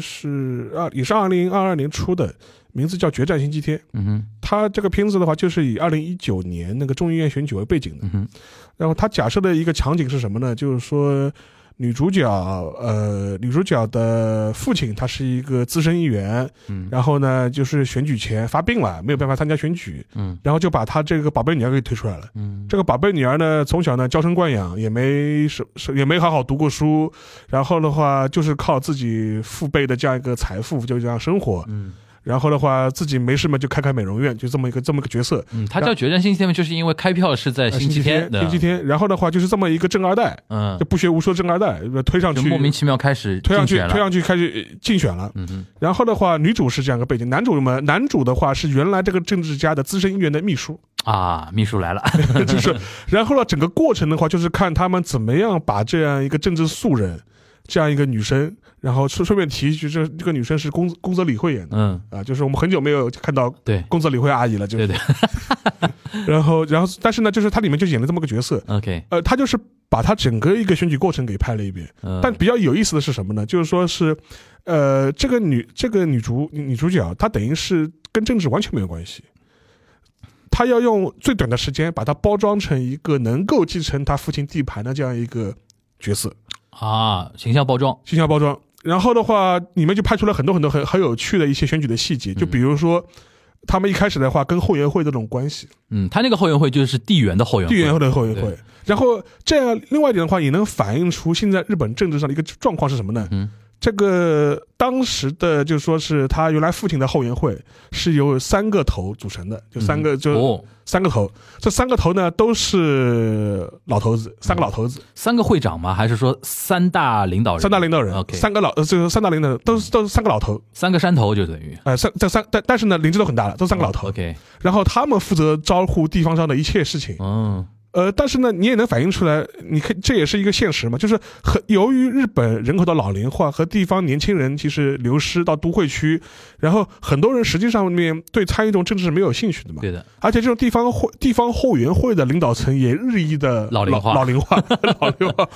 [SPEAKER 3] 是二也是二零二二年出的，名字叫《决战星期天》。
[SPEAKER 1] 嗯哼，
[SPEAKER 3] 它这个片子的话，就是以二零一九年那个众议院选举为背景的。
[SPEAKER 1] 嗯哼，
[SPEAKER 3] 然后他假设的一个场景是什么呢？就是说，女主角，呃，女主角的父亲他是一个资深议员，
[SPEAKER 1] 嗯
[SPEAKER 3] 然后呢，就是选举前发病了，没有办法参加选举，
[SPEAKER 1] 嗯
[SPEAKER 3] 然后就把他这个宝贝女儿给推出来了。
[SPEAKER 1] 嗯，
[SPEAKER 3] 这个宝贝女儿呢，从小呢娇生惯养，也没什什也没好好读过书，然后的话就是靠自己父辈的这样一个财富就这样生活，
[SPEAKER 1] 嗯
[SPEAKER 3] 然后的话自己没事嘛就开开美容院，就这么一个这么一个角色。
[SPEAKER 1] 嗯，他叫决战星期天嘛，就是因为开票是在
[SPEAKER 3] 呃
[SPEAKER 1] 星期天，
[SPEAKER 3] 星期，天，然后的话就是这么一个正二代，
[SPEAKER 1] 嗯
[SPEAKER 3] 就，不学无术的正二代呃推上
[SPEAKER 1] 就
[SPEAKER 3] 去，
[SPEAKER 1] 莫名其妙开始
[SPEAKER 3] 推上去，
[SPEAKER 1] 竞选
[SPEAKER 3] 推
[SPEAKER 1] 了，
[SPEAKER 3] 上去开始呃竞选了。
[SPEAKER 1] 嗯哼，
[SPEAKER 3] 然后的话，女主是这样一个背景，男主嘛，男主的话是原来这个政治家的资深议员的秘书，
[SPEAKER 1] 啊，秘书来了，
[SPEAKER 3] 就是，然后呢，整个过程的话就是看他们怎么样把这样一个政治素人，这样一个女生，然后顺顺便提一句，这这个女生是宫宫泽理惠演的。
[SPEAKER 1] 嗯，
[SPEAKER 3] 啊，就是我们很久没有看到
[SPEAKER 1] 对
[SPEAKER 3] 宫泽理惠阿姨了，就
[SPEAKER 1] 对
[SPEAKER 3] 是，
[SPEAKER 1] 对
[SPEAKER 3] 然后，然后，但是呢，就是它里面就演了这么个角色，
[SPEAKER 1] ，OK，
[SPEAKER 3] 呃，他就是把他整个一个选举过程给拍了一遍。
[SPEAKER 1] 嗯，
[SPEAKER 3] 但比较有意思的是什么呢？就是说是，呃，这个女这个女主女女主角，啊她等于是跟政治完全没有关系。她要用最短的时间把它包装成一个能够继承她父亲地盘的这样一个角色，
[SPEAKER 1] 啊，形象包装，
[SPEAKER 3] 形象包装。然后的话，里面就拍出了很多很多很很有趣的一些选举的细节，
[SPEAKER 1] 嗯
[SPEAKER 3] 就比如说，他们一开始的话跟后援会的这种关系，
[SPEAKER 1] 嗯，他那个后援会就是地缘的后援会，
[SPEAKER 3] 地缘的后援
[SPEAKER 1] 对
[SPEAKER 3] 会。然后这样，另外一点的话，也能反映出现在日本政治上的一个状况是什么呢？
[SPEAKER 1] 嗯
[SPEAKER 3] 这个当时的就说是他原来父亲的后援会是由三个头组成的，就三个、就
[SPEAKER 1] 哦，
[SPEAKER 3] 三个头，这三个头呢都是老头子，三个老头子，
[SPEAKER 1] 三个会长吗？还是说三大领导人？
[SPEAKER 3] 三大领导人
[SPEAKER 1] 哦，OK，嗯
[SPEAKER 3] 三个老呃就是三大领导人都是都是三个老头，
[SPEAKER 1] 三个山头就等于哦
[SPEAKER 3] 呃三这三但但是呢年纪都很大了，都三个老头，
[SPEAKER 1] ，OK，
[SPEAKER 3] 然后他们负责招呼地方上的一切事情，
[SPEAKER 1] 嗯
[SPEAKER 3] 呃，但是呢，你也能反映出来，你看这也是一个现实嘛，就是和由于日本人口的老龄化和地方年轻人其实流失到都会区，然后很多人实际上面对参与这种政治是没有兴趣的嘛，
[SPEAKER 1] 对的，
[SPEAKER 3] 而且这种地方会地方后援会的领导层也日益的
[SPEAKER 1] 老龄化
[SPEAKER 3] 老龄化， 老龄化。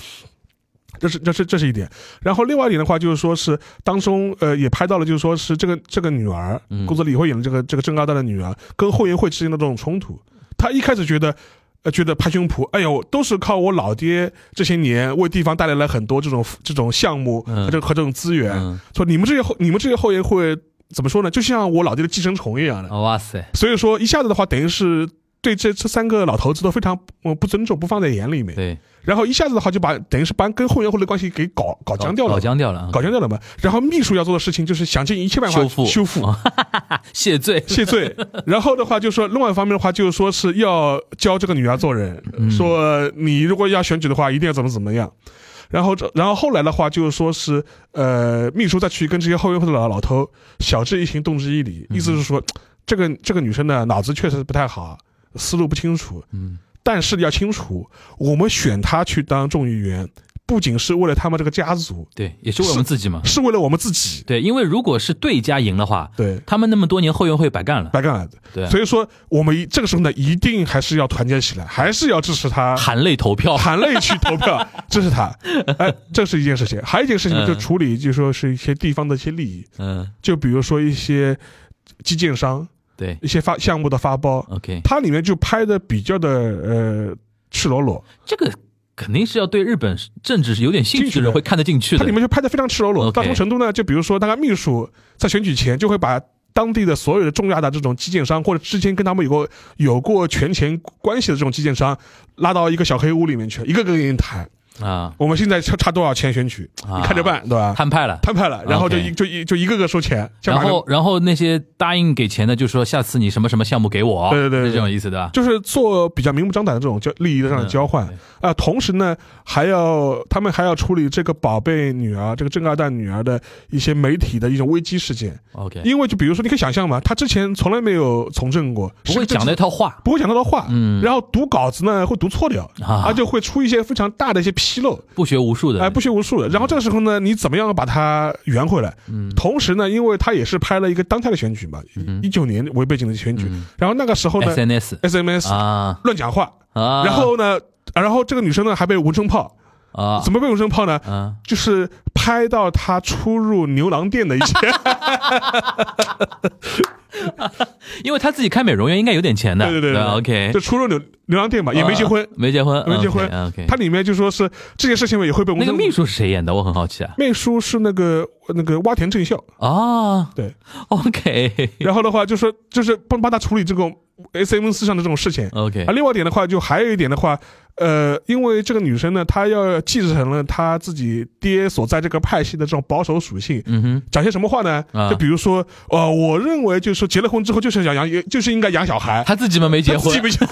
[SPEAKER 3] 这是这是这是一点，然后另外一点的话，就是说是当中呃也拍到了，就是说是这个这个女儿，
[SPEAKER 1] 嗯
[SPEAKER 3] 宫泽理惠演的这个这个郑高大的女儿跟后援会之间的这种冲突，她一开始觉得。呃，觉得拍胸脯，哎呦，都是靠我老爹这些年为地方带来了很多这种这种项目
[SPEAKER 1] 嗯
[SPEAKER 3] 和这和这种资源。
[SPEAKER 1] 嗯，
[SPEAKER 3] 说你们这些后你们这些后援会怎么说呢？就像我老爹的寄生虫一样的，
[SPEAKER 1] 哦哇塞，
[SPEAKER 3] 所以说一下子的话，等于是对这这三个老头子都非常呃不尊重，不放在眼里面。
[SPEAKER 1] 对，
[SPEAKER 3] 然后一下子的话，就把等于是把跟后援会的关系给搞搞僵掉
[SPEAKER 1] 搞
[SPEAKER 3] 了，
[SPEAKER 1] 僵掉了，嗯
[SPEAKER 3] 搞僵掉了嘛。然后秘书要做的事情就是想尽一切办法
[SPEAKER 1] 修复
[SPEAKER 3] 修复、
[SPEAKER 1] 谢罪，
[SPEAKER 3] 谢罪。然后的话，就说另外一方面的话，就是说是要教这个女儿做人，
[SPEAKER 1] 嗯
[SPEAKER 3] 说你如果要选举的话，一定要怎么怎么样。然后这，然后后来的话就是说是，呃，秘书再去跟这些后援会的老老头晓之以情，动之以理，意思是说，这个这个女生呢，脑子确实不太好，思路不清楚，
[SPEAKER 1] 嗯
[SPEAKER 3] 但是要清楚，我们选她去当众议员，不仅是为了他们这个家族，
[SPEAKER 1] 对，也是为我们自己嘛。
[SPEAKER 3] 是为了我们自己。
[SPEAKER 1] 对，因为如果是对家赢的话，
[SPEAKER 3] 对，
[SPEAKER 1] 他们那么多年后援会白干了，
[SPEAKER 3] 白干了。
[SPEAKER 1] 对啊，
[SPEAKER 3] 所以说，我们一这个时候呢，一定还是要团结起来，还是要支持他，
[SPEAKER 1] 含泪投票。
[SPEAKER 3] 含泪去投票支持他。哎，这是一件事情，还有一件事情呢
[SPEAKER 1] 嗯
[SPEAKER 3] 就处理，就说是一些地方的一些利益，
[SPEAKER 1] 嗯，
[SPEAKER 3] 就比如说一些基建商、
[SPEAKER 1] 对
[SPEAKER 3] 一些发项目的发包，
[SPEAKER 1] ，OK，
[SPEAKER 3] 它里面就拍的比较的呃赤裸裸，
[SPEAKER 1] 这个肯定是要对日本政治是有点兴趣
[SPEAKER 3] 进去
[SPEAKER 1] 的
[SPEAKER 3] 的
[SPEAKER 1] 人会看得进去
[SPEAKER 3] 它
[SPEAKER 1] 的
[SPEAKER 3] 里。面就拍的非常赤裸裸，
[SPEAKER 1] OK
[SPEAKER 3] 到什么程度呢？就比如说，大概秘书在选举前就会把。当地的所有的重要的这种基建商，或者之前跟他们有过有过权钱关系的这种基建商，拉到一个小黑屋里面去，一个个跟你谈，
[SPEAKER 1] 啊，
[SPEAKER 3] 我们现在差差多少钱选举，
[SPEAKER 1] 啊
[SPEAKER 3] 你看着办，对吧？
[SPEAKER 1] 摊派了。
[SPEAKER 3] 摊派了，然后就一
[SPEAKER 1] OK
[SPEAKER 3] 就一就一个个收钱，像
[SPEAKER 1] 然
[SPEAKER 3] 马
[SPEAKER 1] 后
[SPEAKER 3] 个，
[SPEAKER 1] 然后那些答应给钱的就说下次你什么什么项目给我，
[SPEAKER 3] 对对对对
[SPEAKER 1] 是这种意思对吧？
[SPEAKER 3] 就是做比较明目张胆的这种交利益的这样的交换
[SPEAKER 1] 嗯
[SPEAKER 3] 啊、同时呢，还要他们还要处理这个宝贝女儿、这个正二代女儿的一些媒体的一种危机事件，
[SPEAKER 1] OK，
[SPEAKER 3] 因为就比如说，你可以想象嘛，他之前从来没有从政过，
[SPEAKER 1] 不
[SPEAKER 3] 是啊
[SPEAKER 1] 会
[SPEAKER 3] 个政
[SPEAKER 1] 讲
[SPEAKER 3] 治
[SPEAKER 1] 那套话
[SPEAKER 3] 不会讲他的话，
[SPEAKER 1] 嗯
[SPEAKER 3] 然后读稿子呢会读错掉，
[SPEAKER 1] 啊
[SPEAKER 3] 而，且会出一些非常大的一些纰漏，
[SPEAKER 1] 不学无术的。
[SPEAKER 3] 哎，不学无术的。然后这个时候呢，你怎么样把它圆回来？
[SPEAKER 1] 嗯
[SPEAKER 3] 同时呢，因为他也是拍了一个当下的选举嘛，一九年为背景的选举，
[SPEAKER 1] 嗯
[SPEAKER 3] 然后那个时候呢
[SPEAKER 1] ，SNS
[SPEAKER 3] ，SMS
[SPEAKER 1] 啊
[SPEAKER 3] 乱讲话，
[SPEAKER 1] 啊，
[SPEAKER 3] 然后呢，然后这个女生呢还被文声炮，
[SPEAKER 1] 啊
[SPEAKER 3] 怎么被文声炮呢？
[SPEAKER 1] 啊，
[SPEAKER 3] 就是拍到她出入牛郎店的一些，
[SPEAKER 1] 因为他自己开美容院应该有点钱的，
[SPEAKER 3] 对对对对
[SPEAKER 1] 吧，OK，
[SPEAKER 3] 就出入牛牛郎店嘛，也没结婚
[SPEAKER 1] 啊，没结婚，
[SPEAKER 3] 没结婚
[SPEAKER 1] OK，
[SPEAKER 3] 它里面就说是这件事情嘛也会被文
[SPEAKER 1] 那个
[SPEAKER 3] 声
[SPEAKER 1] 秘书是谁演的？我很好奇啊。
[SPEAKER 3] 秘书是那个那个洼田正孝，
[SPEAKER 1] 啊
[SPEAKER 3] 对，
[SPEAKER 1] ，OK
[SPEAKER 3] 然后的话就说就是帮帮他处理这种 S M 四上的这种事情。
[SPEAKER 1] OK，
[SPEAKER 3] 啊，另外一点的话，就还有一点的话，呃，因为这个女生呢，她要继承了她自己爹所在这个派系的这种保守属性，
[SPEAKER 1] 嗯哼，
[SPEAKER 3] 讲些什么话呢？
[SPEAKER 1] 啊
[SPEAKER 3] 就比如说，呃，我认为就是说结了婚之后就是要养，就是应该养小孩，
[SPEAKER 1] 他自己们没结
[SPEAKER 3] 她自
[SPEAKER 1] 婚
[SPEAKER 3] 己，没想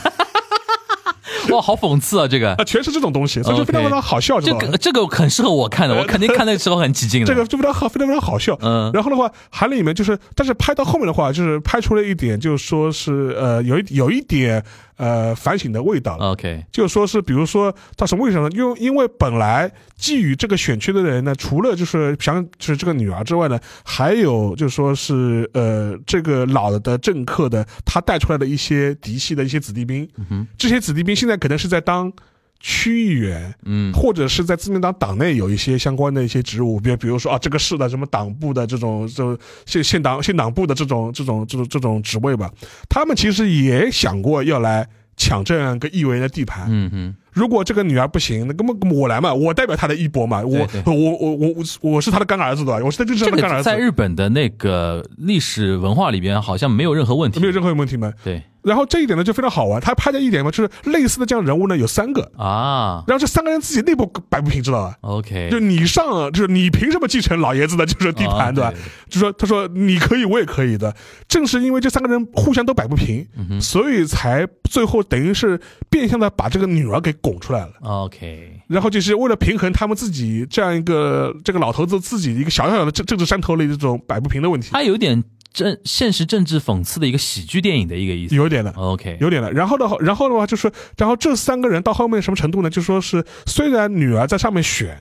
[SPEAKER 1] 哇，好讽刺啊！这个
[SPEAKER 3] 啊，全是这种东西，所以就非常
[SPEAKER 1] OK
[SPEAKER 3] 非常好笑，知
[SPEAKER 1] 这
[SPEAKER 3] 道吧
[SPEAKER 1] 个？这个很适合我看的，我肯定看那个时候很起劲的。
[SPEAKER 3] 这个就非常好，非常非常好笑。
[SPEAKER 1] 嗯
[SPEAKER 3] 然后的话，还里面就是，但是拍到后面的话，就是拍出了一点，就是说是呃，有一有一点呃反省的味道了。
[SPEAKER 1] ，OK，
[SPEAKER 3] 就是说是，比如说他是为什么呢？因为因为本来寄予这个选区的人呢，除了就是想就是这个女儿之外呢，还有就是说是呃这个老的政客的他带出来的一些嫡系的一些子弟兵，
[SPEAKER 1] 嗯哼
[SPEAKER 3] 这些子弟兵现在可能是在当。区议员，
[SPEAKER 1] 嗯
[SPEAKER 3] 或者是在自民党党内有一些相关的一些职务，比如比如说啊，这个市的什么党部的这种这种县县党县党部的这种这种这种这种职位吧，他们其实也想过要来抢这样一个议员的地盘。
[SPEAKER 1] 嗯嗯
[SPEAKER 3] 如果这个女儿不行，那根本我来嘛，我代表她的一波嘛，我
[SPEAKER 1] 对
[SPEAKER 3] 我我我我我是她的干儿子对吧？我是她就是
[SPEAKER 1] 这
[SPEAKER 3] 她的干
[SPEAKER 1] 个
[SPEAKER 3] 儿
[SPEAKER 1] 在
[SPEAKER 3] 子，
[SPEAKER 1] 日本的那个历史文化里边好像没有任何问题，
[SPEAKER 3] 没有任何问题嘛。
[SPEAKER 1] 对
[SPEAKER 3] 然后这一点呢就非常好玩，他拍的一点嘛，就是类似的这样人物呢有三个，
[SPEAKER 1] 啊
[SPEAKER 3] 然后这三个人自己内部摆不平，知道吧？
[SPEAKER 1] ，OK，
[SPEAKER 3] 就你上，就是你凭什么继承老爷子的就是地
[SPEAKER 1] 啊
[SPEAKER 3] 盘，对吧？
[SPEAKER 1] 对
[SPEAKER 3] 就说他说你可以，我也可以的。正是因为这三个人互相都摆不平，
[SPEAKER 1] 嗯
[SPEAKER 3] 所以才最后等于是变相的把这个女儿给拱出来了。
[SPEAKER 1] OK，
[SPEAKER 3] 然后就是为了平衡他们自己这样一个这个老头子自己一个小小的政政治山头里这种摆不平的问题，
[SPEAKER 1] 它有点政现实政治讽刺的一个喜剧电影的一个意思。
[SPEAKER 3] 有点的。
[SPEAKER 1] OK，
[SPEAKER 3] 有点的，然后的话，然后的话就是，然后这三个人到后面什么程度呢？就说是虽然女儿在上面选，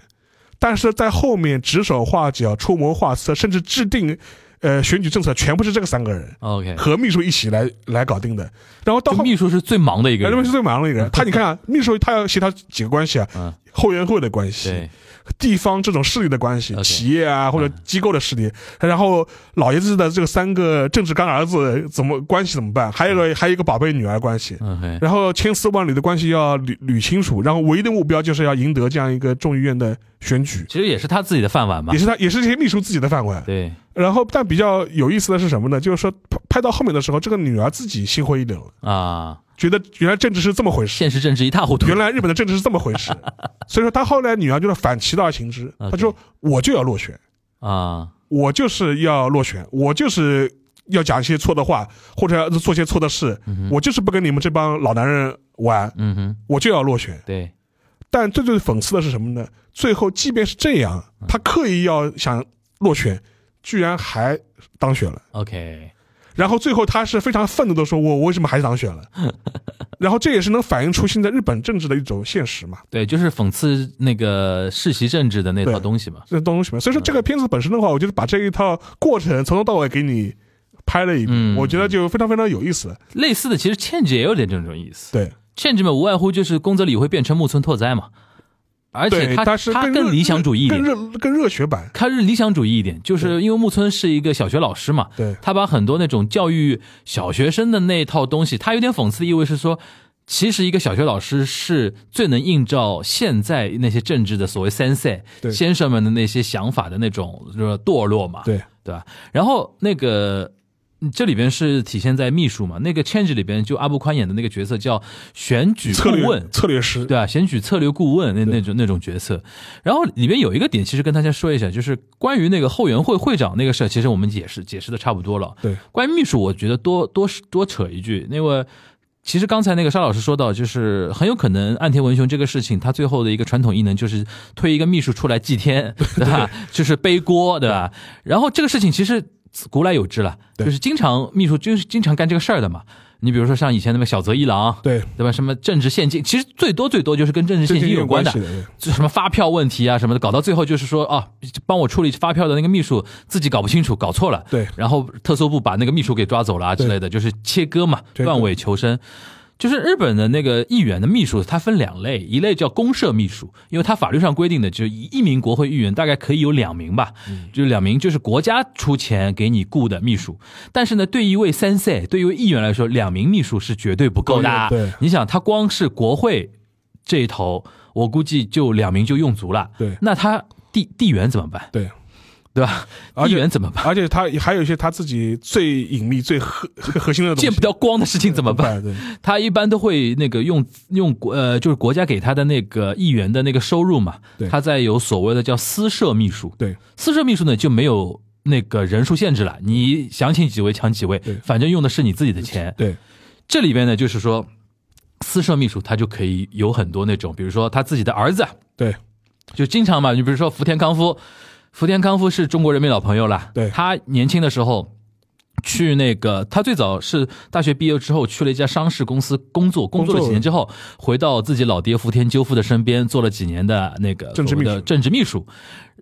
[SPEAKER 3] 但是在后面指手画脚、出谋划策，甚至制定，呃，选举政策，全部是这个三个人
[SPEAKER 1] OK，
[SPEAKER 3] 和秘书一起来来搞定的。然后到
[SPEAKER 1] 就
[SPEAKER 3] 后面。
[SPEAKER 1] 秘书是最忙的一个
[SPEAKER 3] 哎那
[SPEAKER 1] 人
[SPEAKER 3] 边是，最忙的一个人，他你看啊，秘书他要协调几个关系啊，
[SPEAKER 1] 嗯
[SPEAKER 3] 后援会的关系
[SPEAKER 1] 对，，
[SPEAKER 3] 地方这种势力的关系，
[SPEAKER 1] OK 嗯
[SPEAKER 3] 企业啊或者机构的势力，然后老爷子的这个三个政治干儿子怎么关系怎么办？还有一个还有一个宝贝女儿关系，
[SPEAKER 1] 嗯嘿，
[SPEAKER 3] 然后千丝万缕的关系要捋捋清楚，然后唯一的目标就是要赢得这样一个众议院的选举，
[SPEAKER 1] 其实也是他自己的饭碗嘛
[SPEAKER 3] 也。是他也是这些秘书自己的范围。
[SPEAKER 1] 对，
[SPEAKER 3] 然后，但比较有意思的是什么呢？就是说拍拍到后面的时候，这个女儿自己心灰意冷了，
[SPEAKER 1] 啊，
[SPEAKER 3] 觉得原来政治是这么回事，
[SPEAKER 1] 现实政治一塌糊涂。
[SPEAKER 3] 原来日本的政治是这么回 事，所以说她后来女儿就是反其道而行之，她
[SPEAKER 1] OK
[SPEAKER 3] 说我就要落选，
[SPEAKER 1] 啊，
[SPEAKER 3] 我就是要落选，我就是要讲一些错的话，或者要做些错的事，我就是不跟你们这帮老男人玩，
[SPEAKER 1] 嗯哼，
[SPEAKER 3] 我就要落选。
[SPEAKER 1] 对，
[SPEAKER 3] 但最最讽刺的是什么呢？最后即便是这样，她刻意要想落选，居然还当选了。
[SPEAKER 1] OK，
[SPEAKER 3] 然后最后他是非常愤怒的说：“我我为什么还是当选了？”然后这也是能反映出现在日本政治的一种现实嘛，
[SPEAKER 1] 对，就是讽刺那个世袭政治的那套
[SPEAKER 3] 对
[SPEAKER 1] 东西嘛。
[SPEAKER 3] 这东西嘛。所以说这个片子本身的话，我觉得把这一套过程从头到尾给你拍了一遍，
[SPEAKER 1] 嗯
[SPEAKER 3] 我觉得就非常非常有意思。
[SPEAKER 1] 类似的，其实《倩姐》也有点这种意思。
[SPEAKER 3] 对，
[SPEAKER 1] 欠制们无外乎就是宫泽理惠变成木村拓哉嘛，而且
[SPEAKER 3] 对，
[SPEAKER 1] 他
[SPEAKER 3] 它是
[SPEAKER 1] 他
[SPEAKER 3] 更
[SPEAKER 1] 更
[SPEAKER 3] 热
[SPEAKER 1] 理想主义一
[SPEAKER 3] 更
[SPEAKER 1] 点，
[SPEAKER 3] 热更热血版。
[SPEAKER 1] 他是理想主义一点，就是因为木村是一个小学老师嘛，
[SPEAKER 3] 对
[SPEAKER 1] 他把很多那种教育小学生的那套东西，他有点讽刺的意味是说。其实，一个小学老师是最能映照现在那些政治的所谓 sensei
[SPEAKER 3] 对
[SPEAKER 1] 先生们的那些想法的那种就是堕落嘛，
[SPEAKER 3] 对
[SPEAKER 1] 对吧？然后那个嗯这里边是体现在秘书嘛，那个 Change 里边就阿布宽演的那个角色叫选举
[SPEAKER 3] 策
[SPEAKER 1] 顾
[SPEAKER 3] 略
[SPEAKER 1] 问，
[SPEAKER 3] 策略师，
[SPEAKER 1] 对啊，选举策略顾问那那种那种角色。然后里面有一个点，其实跟大家说一下，就是关于那个后援会会长那个事儿，其实我们解释解释的差不多了。
[SPEAKER 3] 对，
[SPEAKER 1] 关于秘书，我觉得多多多扯一句，因为其实刚才那个沙老师说到，就是很有可能岸田文雄这个事情，他最后的一个传统异能就是推一个秘书出来祭天，对吧？就是背锅，对吧？然后这个事情其实古来有之了，
[SPEAKER 3] 对
[SPEAKER 1] 就是经常秘书就是经常干这个事儿的嘛。你比如说像以前那个小泽一郎，
[SPEAKER 3] 对，
[SPEAKER 1] 对吧？什么政治现金，其实最多最多就是跟政治现
[SPEAKER 3] 这
[SPEAKER 1] 金
[SPEAKER 3] 有
[SPEAKER 1] 有关
[SPEAKER 3] 关
[SPEAKER 1] 的
[SPEAKER 3] 系，的。对
[SPEAKER 1] 就什么发票问题啊什么的，搞到最后就是说啊，帮我处理发票的那个秘书自己搞不清楚，搞错了，
[SPEAKER 3] 对
[SPEAKER 1] 然后特搜部把那个秘书给抓走了啊之类的，就是切割嘛，
[SPEAKER 3] 对
[SPEAKER 1] 断尾求生。就是日本的那个议员的秘书，它分两类，一类叫公社秘书，因为它法律上规定的，就是一名国会议员大概可以有两名吧，
[SPEAKER 3] 嗯
[SPEAKER 1] 就是两名就是国家出钱给你雇的秘书。但是呢，对一位三 C，对一位议员来说，两名秘书是绝对不够的啊。
[SPEAKER 3] 对对
[SPEAKER 1] 你想，他光是国会这一头，我估计就两名就用足了。
[SPEAKER 3] 对
[SPEAKER 1] 那他地地缘怎么办？
[SPEAKER 3] 对，
[SPEAKER 1] 对吧？
[SPEAKER 3] 而
[SPEAKER 1] 地
[SPEAKER 3] 且
[SPEAKER 1] 缘怎么办？
[SPEAKER 3] 而且他还有一些他自己最隐秘、最核核心的东西，
[SPEAKER 1] 见不到光的事情怎么办？
[SPEAKER 3] 对
[SPEAKER 1] 他一般都会那个用用国呃，就是国家给他的那个议员的那个收入嘛
[SPEAKER 3] 对，
[SPEAKER 1] 他在有所谓的叫私设秘书，
[SPEAKER 3] 对
[SPEAKER 1] 私设秘书呢就没有那个人数限制了，你想请几位抢几位
[SPEAKER 3] 对，
[SPEAKER 1] 反正用的是你自己的钱。
[SPEAKER 3] 对
[SPEAKER 1] 这里边呢就是说，私设秘书他就可以有很多那种，比如说他自己的儿子，啊
[SPEAKER 3] 对
[SPEAKER 1] 就经常嘛，你比如说福田康夫，福田康夫是中国人民老朋友了，
[SPEAKER 3] 对
[SPEAKER 1] 他年轻的时候。去那个，他最早是大学毕业之后去了一家商事公司工作，工
[SPEAKER 3] 工作
[SPEAKER 1] 作了几年之后，回到自己老爹福田赳夫的身边，做了几年的那个
[SPEAKER 3] 政治
[SPEAKER 1] 所谓
[SPEAKER 3] 秘
[SPEAKER 1] 的
[SPEAKER 3] 书
[SPEAKER 1] 政治秘书，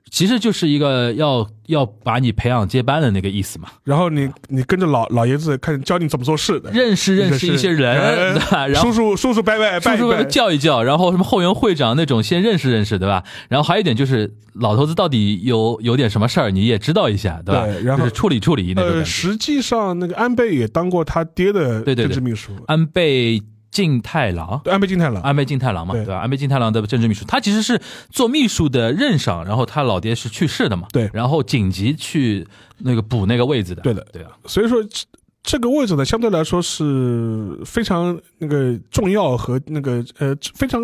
[SPEAKER 1] 其实就是一个要要把你培养接班的那个意思嘛。
[SPEAKER 3] 然后你你跟着老老爷子看教你怎么做事的，哎
[SPEAKER 1] 认识认识一些人， 对吧？然后
[SPEAKER 3] 叔叔叔叔伯伯
[SPEAKER 1] 叔
[SPEAKER 3] 拜
[SPEAKER 1] 叔
[SPEAKER 3] 一拜，
[SPEAKER 1] 叫一叫，然后什么后援会长那种先认识认识，对吧？然后还有一点就是老头子到底有有点什么事儿，你也知道一下，对吧？
[SPEAKER 3] 对然后
[SPEAKER 1] 就是处理处理那种
[SPEAKER 3] 呃，
[SPEAKER 1] 感觉。
[SPEAKER 3] 实际上那个安倍也当过他爹的
[SPEAKER 1] 对对对
[SPEAKER 3] 政治秘书，
[SPEAKER 1] 安倍晋太郎。
[SPEAKER 3] 对安倍晋太郎。
[SPEAKER 1] 安倍晋太郎嘛，对
[SPEAKER 3] 嗯对
[SPEAKER 1] 吧？安倍晋太郎的政治秘书，他其实是做秘书的任赏，然后他老爹是去世的嘛，
[SPEAKER 3] 对
[SPEAKER 1] 然后紧急去那个补那个位置的，
[SPEAKER 3] 对的
[SPEAKER 1] 对啊，
[SPEAKER 3] 所以说这这个位置呢，相对来说是非常那个重要和那个呃非常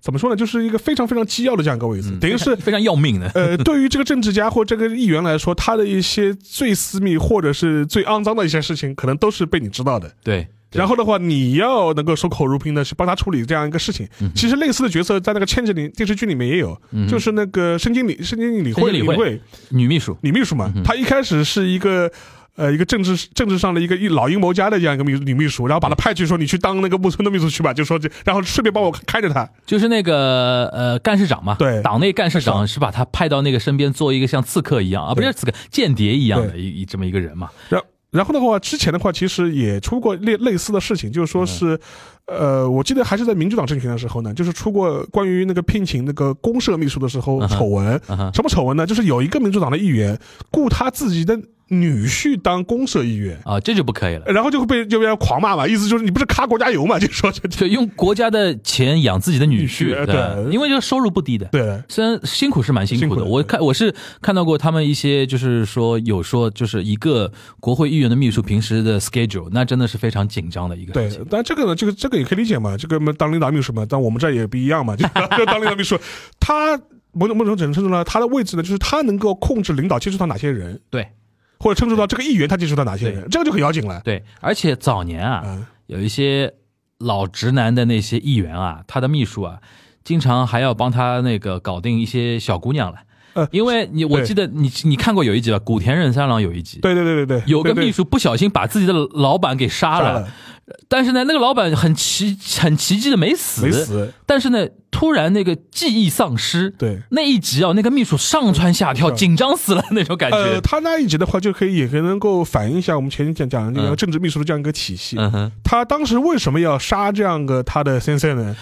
[SPEAKER 3] 怎么说呢，就是一个非常非常机要的这样一个位置，
[SPEAKER 1] 嗯
[SPEAKER 3] 等于 是
[SPEAKER 1] 非常要命的，
[SPEAKER 3] 呃，对于这个政治家或这个议员来说，他的一些最私密或者是最肮脏的一些事情，可能都是被你知道的。
[SPEAKER 1] 对，对
[SPEAKER 3] 然后的话，你要能够守口如瓶的去帮他处理这样一个事情。
[SPEAKER 1] 嗯
[SPEAKER 3] 其实类似的角色在那个《千纸》里电视剧里面也有，就是那个申经理申经理李
[SPEAKER 1] 申
[SPEAKER 3] 慧
[SPEAKER 1] 经理
[SPEAKER 3] 李
[SPEAKER 1] 会
[SPEAKER 3] 慧
[SPEAKER 1] 嗯女秘书，
[SPEAKER 3] 李秘书嘛，他一开始是一个。呃，一个政治政治上的一个一老阴谋家的这样一个秘女秘书，然后把他派去说你去当那个木村的秘书去吧，就说这，然后顺便帮我开着他，
[SPEAKER 1] 就是那个呃干事长嘛，
[SPEAKER 3] 对
[SPEAKER 1] 党内干事长是把他派到那个身边做一个像刺客一样啊，不是刺客，间谍一样的
[SPEAKER 3] 对
[SPEAKER 1] 一一这么一个人嘛，
[SPEAKER 3] 然然后的话，之前的话其实也出过类类似的事情，就是说
[SPEAKER 1] 嗯
[SPEAKER 3] 是，呃，我记得还是在民主党政权的时候呢，就是出过关于那个聘请那个公社秘书的时候
[SPEAKER 1] 嗯哼
[SPEAKER 3] 丑闻。
[SPEAKER 1] 嗯哼
[SPEAKER 3] 什么丑闻呢？就是有一个民主党的议员雇他自己的女婿当公社议员，
[SPEAKER 1] 啊，这就不可以了。
[SPEAKER 3] 然后就会被就被人狂骂嘛，意思就是你不是卡国家油嘛，就说这这
[SPEAKER 1] 对，用国家的钱养自己的女
[SPEAKER 3] 女
[SPEAKER 1] 婿，
[SPEAKER 3] 婿呃
[SPEAKER 1] 吧
[SPEAKER 3] 对
[SPEAKER 1] 因为这个收入不低的，
[SPEAKER 3] 对的，
[SPEAKER 1] 虽然辛苦是蛮辛苦
[SPEAKER 3] 辛
[SPEAKER 1] 的，
[SPEAKER 3] 苦的
[SPEAKER 1] 我看我是看到过他们一些，就是说有说就是一个国会议员的秘书平时的 schedule，那真的是非常紧张的一个
[SPEAKER 3] 对
[SPEAKER 1] 事情。，
[SPEAKER 3] 但这个呢，这个这个也可以理解嘛，这个嘛当领导秘书嘛，但我们这也不一样嘛，就 就当领导秘书，他某种某种程度呢，他的位置呢，就是他能够控制领导接触到哪些人，
[SPEAKER 1] 对
[SPEAKER 3] 或者称之到这个议员他接触到哪些人，这个就很要紧了。
[SPEAKER 1] 对，而且早年啊，
[SPEAKER 3] 啊，
[SPEAKER 1] 有一些老直男的那些议员啊，他的秘书啊，经常还要帮他那个搞定一些小姑娘了。
[SPEAKER 3] 呃
[SPEAKER 1] 因为你我
[SPEAKER 3] 对
[SPEAKER 1] 记得你你看过有一集吧，古田任三郎有一集，
[SPEAKER 3] 对对对对对，
[SPEAKER 1] 有个
[SPEAKER 3] 对对
[SPEAKER 1] 秘书不小心把自己的老板给杀
[SPEAKER 3] 杀
[SPEAKER 1] 了，
[SPEAKER 3] 了，
[SPEAKER 1] 但是呢，那个老板很奇很奇迹的没死，
[SPEAKER 3] 没死，
[SPEAKER 1] 但是呢，突然那个记忆丧失，
[SPEAKER 3] 对。
[SPEAKER 1] 那一集啊，那个秘书上蹿下跳，
[SPEAKER 3] 嗯
[SPEAKER 1] 紧张死了那种感
[SPEAKER 3] 呃，
[SPEAKER 1] 觉。
[SPEAKER 3] 他那一集的话，就可以也可以能够反映一下我们前面讲讲的这个
[SPEAKER 1] 嗯
[SPEAKER 3] 政治秘书的这样一个体系。
[SPEAKER 1] 嗯哼，
[SPEAKER 3] 他当时为什么要杀这样个他的先生呢？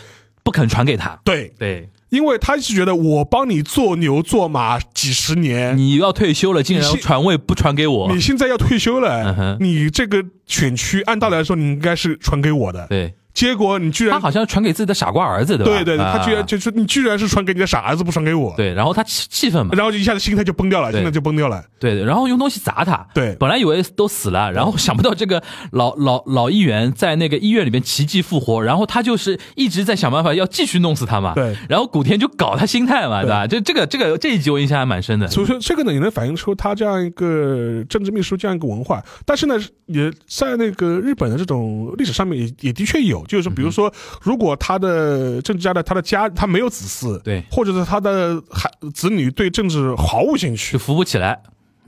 [SPEAKER 1] 不肯传给他。
[SPEAKER 3] 对，
[SPEAKER 1] 对，
[SPEAKER 3] 因为他是觉得我帮你做牛做马几十年，
[SPEAKER 1] 你要退休了，竟然
[SPEAKER 3] 你是
[SPEAKER 1] 传位不传给我
[SPEAKER 3] 你。现在要退休
[SPEAKER 1] 嗯
[SPEAKER 3] 了
[SPEAKER 1] 哼，
[SPEAKER 3] 你这个选区按道理来说你应该是传给我的，
[SPEAKER 1] 对
[SPEAKER 3] 结果你居
[SPEAKER 1] 他
[SPEAKER 3] 然
[SPEAKER 1] 好像传给自己的傻瓜儿子，对吧？
[SPEAKER 3] 对对，
[SPEAKER 1] 啊
[SPEAKER 3] 他居然就是你居然是传给你的傻儿子，不传给我，
[SPEAKER 1] 对，然后他气气愤嘛，
[SPEAKER 3] 然后就一下子心态就崩掉了，
[SPEAKER 1] 对
[SPEAKER 3] 心态就崩掉了，
[SPEAKER 1] 对对，然后用东西砸他。
[SPEAKER 3] 对
[SPEAKER 1] 本来以为都死了，然后想不到这个老老老议员在那个医院里面奇迹复活，然后他就是一直在想办法要继续弄死他嘛。
[SPEAKER 3] 对
[SPEAKER 1] 然后古田就搞他心态嘛，对吧？就这个这个这一集我印象还蛮深的。
[SPEAKER 3] 所以说这个呢也能反映出他这样一个政治秘书这样一个文化，但是呢也在那个日本的这种历史上面也也的确有，
[SPEAKER 1] 嗯
[SPEAKER 3] 就是比如说如果他的政治家的他的家他没有子嗣，
[SPEAKER 1] 对
[SPEAKER 3] 或者是他的孩子女对政治毫无兴趣
[SPEAKER 1] 就，扶不起来。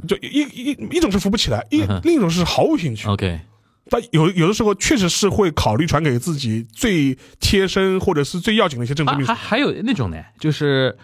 [SPEAKER 3] 就一一一一种是扶不起来，一
[SPEAKER 1] 嗯哼嗯
[SPEAKER 3] 另一种是毫无兴趣。
[SPEAKER 1] OK，
[SPEAKER 3] 但有有的时候确实是会考虑传给自己最贴身或者是最要紧的一些政治
[SPEAKER 1] 啊
[SPEAKER 3] 秘书
[SPEAKER 1] 还。还有那种呢，就是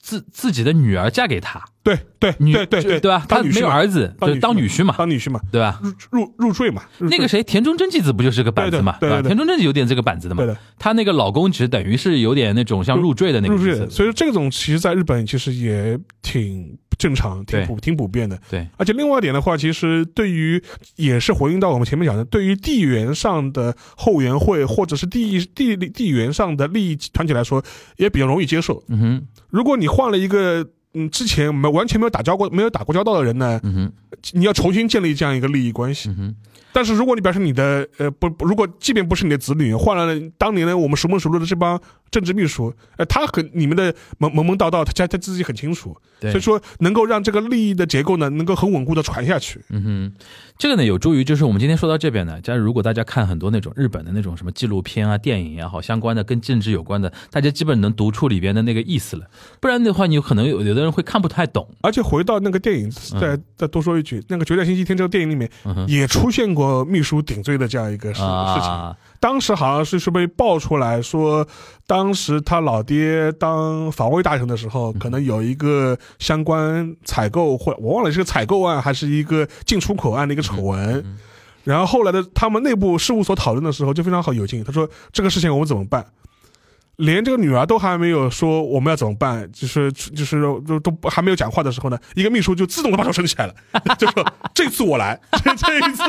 [SPEAKER 1] 自自己的女儿嫁给他，
[SPEAKER 3] 对对
[SPEAKER 1] 女
[SPEAKER 3] 对对对
[SPEAKER 1] 对吧？他
[SPEAKER 3] 当女
[SPEAKER 1] 没
[SPEAKER 3] 婿
[SPEAKER 1] 有
[SPEAKER 3] 嘛，
[SPEAKER 1] 儿子，
[SPEAKER 3] 当
[SPEAKER 1] 就
[SPEAKER 3] 女
[SPEAKER 1] 当女婿嘛，
[SPEAKER 3] 当女婿嘛，
[SPEAKER 1] 对吧？
[SPEAKER 3] 入入入赘嘛。入赘
[SPEAKER 1] 那个谁，田中真纪子不就是个板子嘛？
[SPEAKER 3] 嗯对对
[SPEAKER 1] 吧？
[SPEAKER 3] 对对
[SPEAKER 1] 田中真纪有点这个板子的嘛
[SPEAKER 3] 对的。
[SPEAKER 1] 她那个老公其实等于是有点那种像入赘的那个
[SPEAKER 3] 入
[SPEAKER 1] 意思
[SPEAKER 3] 赘，所以说这种其实在日本其实也挺正常、挺
[SPEAKER 1] 对
[SPEAKER 3] 普挺普遍的。
[SPEAKER 1] 对
[SPEAKER 3] 而且另外一点的话，其实对于也是回应到我们前面讲的，对于地缘上的后援会或者是地地地缘上的利益团体来说，也比较容易接受。
[SPEAKER 1] 嗯哼，
[SPEAKER 3] 如果你换了一个嗯之前没完全没有打交过没有打过交道的人呢，
[SPEAKER 1] 嗯哼，
[SPEAKER 3] 你要重新建立这样一个利益关系。
[SPEAKER 1] 嗯哼，
[SPEAKER 3] 但是如果你表示你的呃不不，如果即便不是你的子女，换了当年呢我们熟门熟路的这帮政治秘书，呃他很你们的门门门道道，他他他自己很清楚，
[SPEAKER 1] 对
[SPEAKER 3] 所以。说能够让这个利益的结构呢能够很稳固的传下去。
[SPEAKER 1] 嗯哼，这个呢有助于，就是我们今天说到这边呢，假如如果大家看很多那种日本的那种什么纪录片啊、电影也好，相关的跟政治有关的，大家基本能读出里边的那个意思了，不然的话，你有可能有有的人会看不太懂。
[SPEAKER 3] 而且回到那个电影，再再多说一句，那个《决战星期天》这个电影里面
[SPEAKER 1] 嗯哼
[SPEAKER 3] 也出现过秘书顶罪的这样一个事事情。
[SPEAKER 1] 啊，
[SPEAKER 3] 当时好像是是被爆出来说，当时他老爹当防卫大臣的时候，可能有一个相关采购或我忘了是个采购案还是一个进出口案的一个丑闻。然后后来的他们内部事务所讨论的时候就非常好有劲，他说这个事情我们怎么办？连这个女儿都还没有说我们要怎么办，就是就是都都还没有讲话的时候呢，一个秘书就自动的把手伸起来了， 就说这次我来， 这这一次。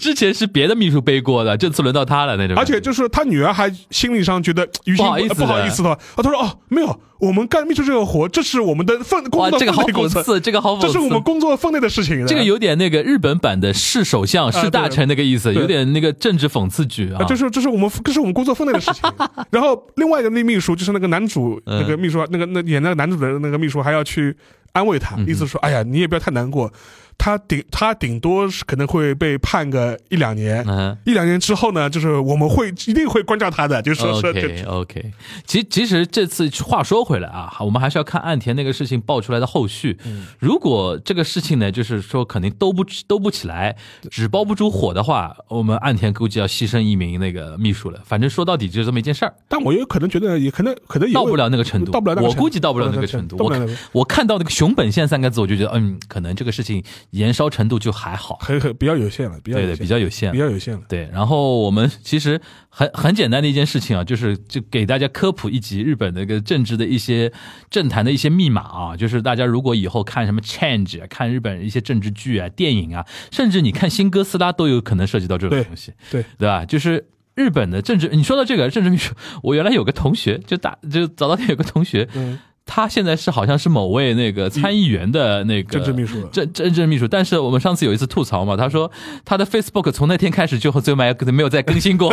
[SPEAKER 1] 之前是别的秘书背锅的，这次轮到他了那种
[SPEAKER 3] 而
[SPEAKER 1] 感觉。
[SPEAKER 3] 且就是他女儿还心理上觉得于心
[SPEAKER 1] 不好意思
[SPEAKER 3] 不好意思的话，啊，他说哦，没有，我们干秘书这个活，这是我们的分工
[SPEAKER 1] 哇，
[SPEAKER 3] 作
[SPEAKER 1] 这个好
[SPEAKER 3] 分内工
[SPEAKER 1] 讽
[SPEAKER 3] 作，
[SPEAKER 1] 刺，这个好讽刺，
[SPEAKER 3] 这是我们工作分内的事情。
[SPEAKER 1] 这个有点那个日本版的是首相、是大臣那个意思，
[SPEAKER 3] 啊对
[SPEAKER 1] 有点那个政治讽刺剧啊
[SPEAKER 3] 啊，。就是这是我们这是我们工作分内的事情。然后另外一个那秘书就是那个男主，
[SPEAKER 1] 嗯
[SPEAKER 3] 那个秘书，那个那演那个男主的那个秘书还要去安慰
[SPEAKER 1] 嗯
[SPEAKER 3] 他，意思说，哎呀，你也不要太难过，他顶他顶多是可能会被判个一两年。
[SPEAKER 1] 嗯
[SPEAKER 3] 一两年之后呢，就是我们会一定会关照他的，就是说说就
[SPEAKER 1] ，OK OK，其其实这次话说回来啊，我们还是要看岸田那个事情爆出来的后续。
[SPEAKER 3] 嗯
[SPEAKER 1] 如果这个事情呢，就是说肯定兜不兜不起来，纸包不住火的话，我们岸田估计要牺牲一名那个秘书了。反正说到底就是这么一件事儿。
[SPEAKER 3] 但我也可能觉得，也可能可能也
[SPEAKER 1] 到
[SPEAKER 3] 会
[SPEAKER 1] 不了那个程度，
[SPEAKER 3] 到不了那个
[SPEAKER 1] 我
[SPEAKER 3] 程度
[SPEAKER 1] 估计到不了那个程度。
[SPEAKER 3] 到
[SPEAKER 1] 我
[SPEAKER 3] 不了那
[SPEAKER 1] 看
[SPEAKER 3] 个程度
[SPEAKER 1] 我看到那个“熊本县”三个字，我就觉得，嗯，可能这个事情延烧程度就还好，
[SPEAKER 3] 很很比较有限了，比较
[SPEAKER 1] 对
[SPEAKER 3] 有
[SPEAKER 1] 对，
[SPEAKER 3] 限
[SPEAKER 1] 比较有限
[SPEAKER 3] 比。较有限了。
[SPEAKER 1] 对，然后我们其实很很简单的一件事情啊，就是就给大家科普一集日本那个政治的一些政坛的一些密码啊，就是大家如果以后看什么 Change，啊看日本一些政治剧啊、电影啊，甚至你看新哥斯拉都有可能涉及到这种
[SPEAKER 3] 对
[SPEAKER 1] 东西。
[SPEAKER 3] 对，
[SPEAKER 1] 对吧？就是日本的政治，你说到这个政治秘书，我原来有个同学，就大就早稻田有个同学，
[SPEAKER 3] 嗯，
[SPEAKER 1] 他现在是好像是某位那个参议员的那个
[SPEAKER 3] 政治秘书了
[SPEAKER 1] 政政治秘书。但是我们上次有一次 吐槽嘛，他说他的 Facebook 从那天开始就最后最后没有没有再更新过。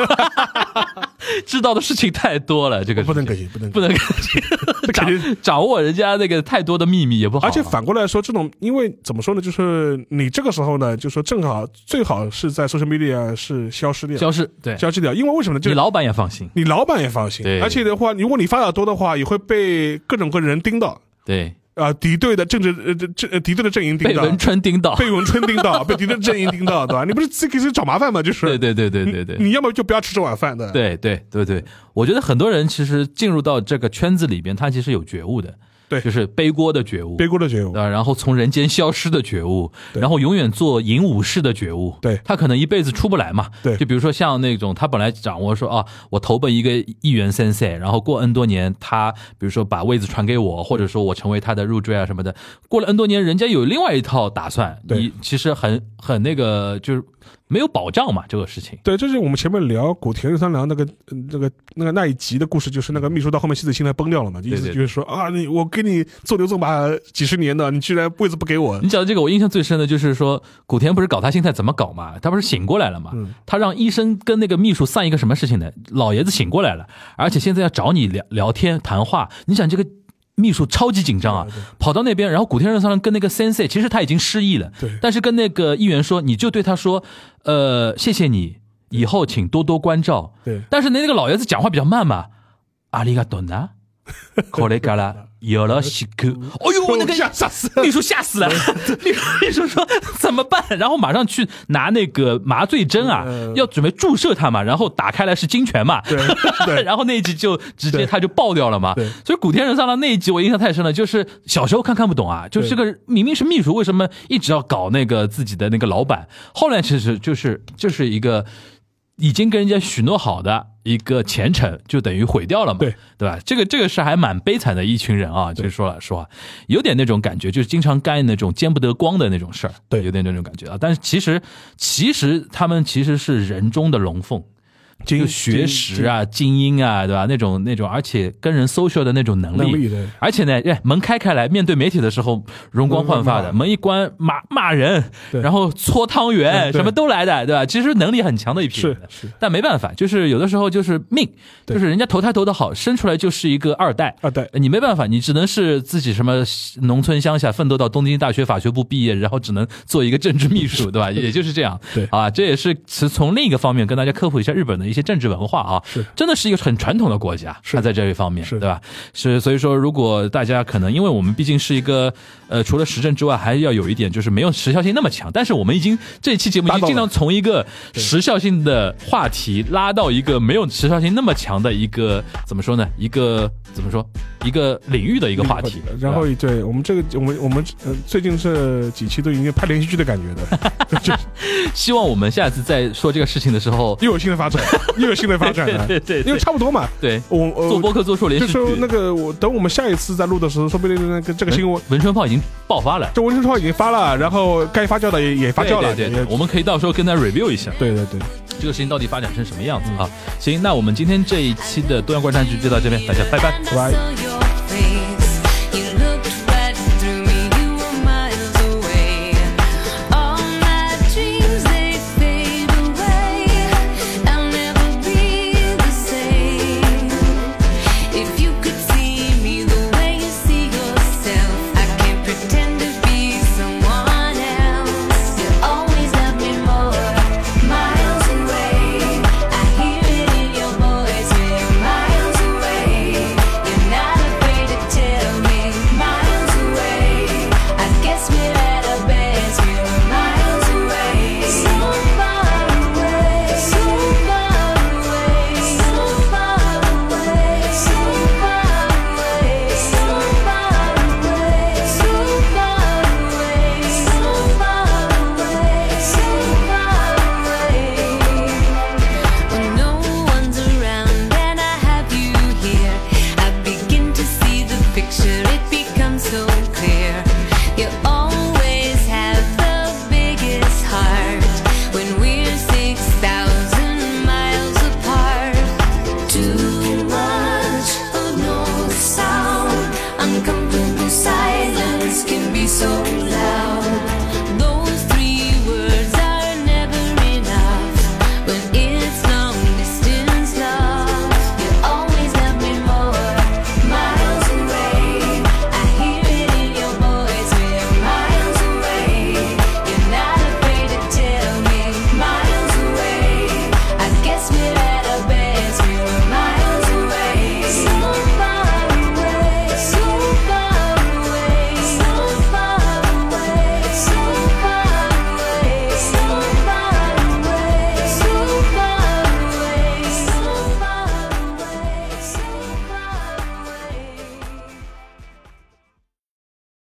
[SPEAKER 1] 知道的事情太多了，这个
[SPEAKER 3] 不能
[SPEAKER 1] 事
[SPEAKER 3] 可
[SPEAKER 1] 情
[SPEAKER 3] 惜，不能
[SPEAKER 1] 不
[SPEAKER 3] 能，
[SPEAKER 1] 能
[SPEAKER 3] 这 肯定
[SPEAKER 1] 掌掌握人家那个太多的秘密也不好啊，
[SPEAKER 3] 而且反过来说，这种因为怎么说呢，就是你这个时候呢，就说正好最好是在 social media 是消失掉，
[SPEAKER 1] 消失对，
[SPEAKER 3] 消失掉，因为为什么呢？就
[SPEAKER 1] 你
[SPEAKER 3] 是
[SPEAKER 1] 老板也放心，
[SPEAKER 3] 你老板也放心
[SPEAKER 1] 对，
[SPEAKER 3] 而且的话，如果你发的多的话，也会被各种各人盯到
[SPEAKER 1] 对，
[SPEAKER 3] 啊、敌对的政治呃政呃敌对的阵营盯
[SPEAKER 1] 被
[SPEAKER 3] 到，
[SPEAKER 1] 文春盯到，
[SPEAKER 3] 被文春盯到，被敌对的阵营盯到，对吧？你不是自己给自己找麻烦吗？就是
[SPEAKER 1] 对对对对对对
[SPEAKER 3] 你，你要么就不要吃这碗饭的，，
[SPEAKER 1] 对对对对，我觉得很多人其实进入到这个圈子里边，他其实有觉悟的，
[SPEAKER 3] 对
[SPEAKER 1] 就是背锅的觉悟，
[SPEAKER 3] 背锅的觉悟。
[SPEAKER 1] 啊，然后从人间消失的觉悟，
[SPEAKER 3] 对
[SPEAKER 1] 然后永远做引武士的觉悟。
[SPEAKER 3] 对
[SPEAKER 1] 他可能一辈子出不来嘛。
[SPEAKER 3] 对
[SPEAKER 1] 就比如说像那种他本来掌握说啊，我投奔一个议员 sensei，然后过 n 多年，他比如说把位子传给我，或者说我成为他的入赘啊什么的。过了 n 多年，人家有另外一套打算，
[SPEAKER 3] 对
[SPEAKER 1] 你其实很很那个，就是没有保障嘛，这个事情。
[SPEAKER 3] 对，这是我们前面聊古田任三郎那个、呃那个、那个那一集的故事，就是那个秘书到后面西子心态崩掉了嘛，意思
[SPEAKER 1] 对
[SPEAKER 3] 就是说啊，你我给你做牛做马几十年的，你居然位子不给我
[SPEAKER 1] 你，讲的这个，我印象最深的就是说，古田不是搞他心态怎么搞嘛？他不是醒过来了嘛？
[SPEAKER 3] 嗯
[SPEAKER 1] 他让医生跟那个秘书算一个什么事情呢？老爷子醒过来了，而且现在要找你聊聊天谈话。你想这个秘书超级紧张啊，跑到那边，然后古天乐上跟那个 sensei，其实他已经失忆了，
[SPEAKER 3] 对
[SPEAKER 1] 但是跟那个议员说，你就对他说，呃，谢谢你，以后请多多关照。
[SPEAKER 3] 对
[SPEAKER 1] 但是那个老爷子讲话比较慢嘛，阿里嘎多 呢，可雷嘎啦，有了西哥，哎 呦，那个
[SPEAKER 3] 吓吓死了
[SPEAKER 1] 秘书吓死了， 秘书秘书说怎么办？然后马上去拿那个麻醉针啊
[SPEAKER 3] 嗯，
[SPEAKER 1] 要准备注射他嘛，然后打开来是金泉嘛，
[SPEAKER 3] 对 对
[SPEAKER 1] 然后那一集就直接
[SPEAKER 3] 对
[SPEAKER 1] 他就爆掉了嘛
[SPEAKER 3] 对。
[SPEAKER 1] 所以古天乐上郎那一集我印象太深了，就是小时候看看不懂啊，就
[SPEAKER 3] 对
[SPEAKER 1] 这个明明是秘书，为什么一直要搞那个自己的那个老板？后来其实就是就是一个。已经跟人家许诺好的一个前程，就等于毁掉了嘛，
[SPEAKER 3] 对
[SPEAKER 1] 对吧？这个这个是还蛮悲惨的一群人啊，就是说了说话，有点那种感觉，就是经常干那种见不得光的那种事儿，
[SPEAKER 3] 对
[SPEAKER 1] 有点那种感觉啊。但是其实其实他们其实是人中的龙凤，
[SPEAKER 3] 精
[SPEAKER 1] 就学识，啊、精英啊，对吧？那种那种，而且跟人 social 的那种能
[SPEAKER 3] 精能
[SPEAKER 1] 力。
[SPEAKER 3] 力对。
[SPEAKER 1] 而且呢，哎，门开开来，面对媒体的时候容光焕发的，
[SPEAKER 3] 容光焕发
[SPEAKER 1] 门一关骂骂人，
[SPEAKER 3] 对
[SPEAKER 1] 然后搓汤圆，
[SPEAKER 3] 嗯对
[SPEAKER 1] 什么都来的，对吧？其实能力很强的一批
[SPEAKER 3] 是
[SPEAKER 1] 人，
[SPEAKER 3] 是
[SPEAKER 1] 但没办法，就是有的时候就是命，
[SPEAKER 3] 对
[SPEAKER 1] 就是人家投胎投的好，生出来就是一个二代，
[SPEAKER 3] 二代，
[SPEAKER 1] 你没办法，你只能是自己什么农村乡下奋斗到东京大学法学部毕业，然后只能做一个政治秘书，对吧？也就是这样。
[SPEAKER 3] 对
[SPEAKER 1] 啊，这也是是从另一个方面跟大家科普一下日本的一些政治文化啊。
[SPEAKER 3] 是
[SPEAKER 1] 真的是一个很传统的国家，
[SPEAKER 3] 是
[SPEAKER 1] 它在这一方面，
[SPEAKER 3] 是
[SPEAKER 1] 对吧？是所以说，如果大家可能因为我们毕竟是一个呃，除了时政之外，还要有一点就是没有时效性那么强，但是我们已经这一期节目已
[SPEAKER 3] 达
[SPEAKER 1] 经
[SPEAKER 3] 到了
[SPEAKER 1] 尽量从一个时效性的话题拉到一个没有时效性那么强的一个怎么说呢？一个怎么说？一个领域的一个话题。
[SPEAKER 3] 然后
[SPEAKER 1] 对吧
[SPEAKER 3] 对我们这个，我们我们呃，最近这几期都已经拍连续剧的感觉的，就是
[SPEAKER 1] 希望我们下次在说这个事情的时候，
[SPEAKER 3] 又有新的发展， 又有新的发展了，
[SPEAKER 1] 对对对对
[SPEAKER 3] 因为差不多嘛。
[SPEAKER 1] 对
[SPEAKER 3] 我我
[SPEAKER 1] 做播客做出连
[SPEAKER 3] 哦就
[SPEAKER 1] 续
[SPEAKER 3] 说那
[SPEAKER 1] 剧，
[SPEAKER 3] 个，我等我们下一次再录的时候，说不定那个这个新闻，
[SPEAKER 1] 嗯文春炮已经爆发了。
[SPEAKER 3] 这文春号已经发了，然后该发酵的也也发酵了，
[SPEAKER 1] 对对
[SPEAKER 3] 也
[SPEAKER 1] 对，我们可以到时候跟他 review 一下。
[SPEAKER 3] 对对对，
[SPEAKER 1] 这个事情到底发展成什么样子啊？行，那我们今天这一期的多样观察局就到这边，大家拜拜。
[SPEAKER 3] 拜拜
[SPEAKER 4] 拜。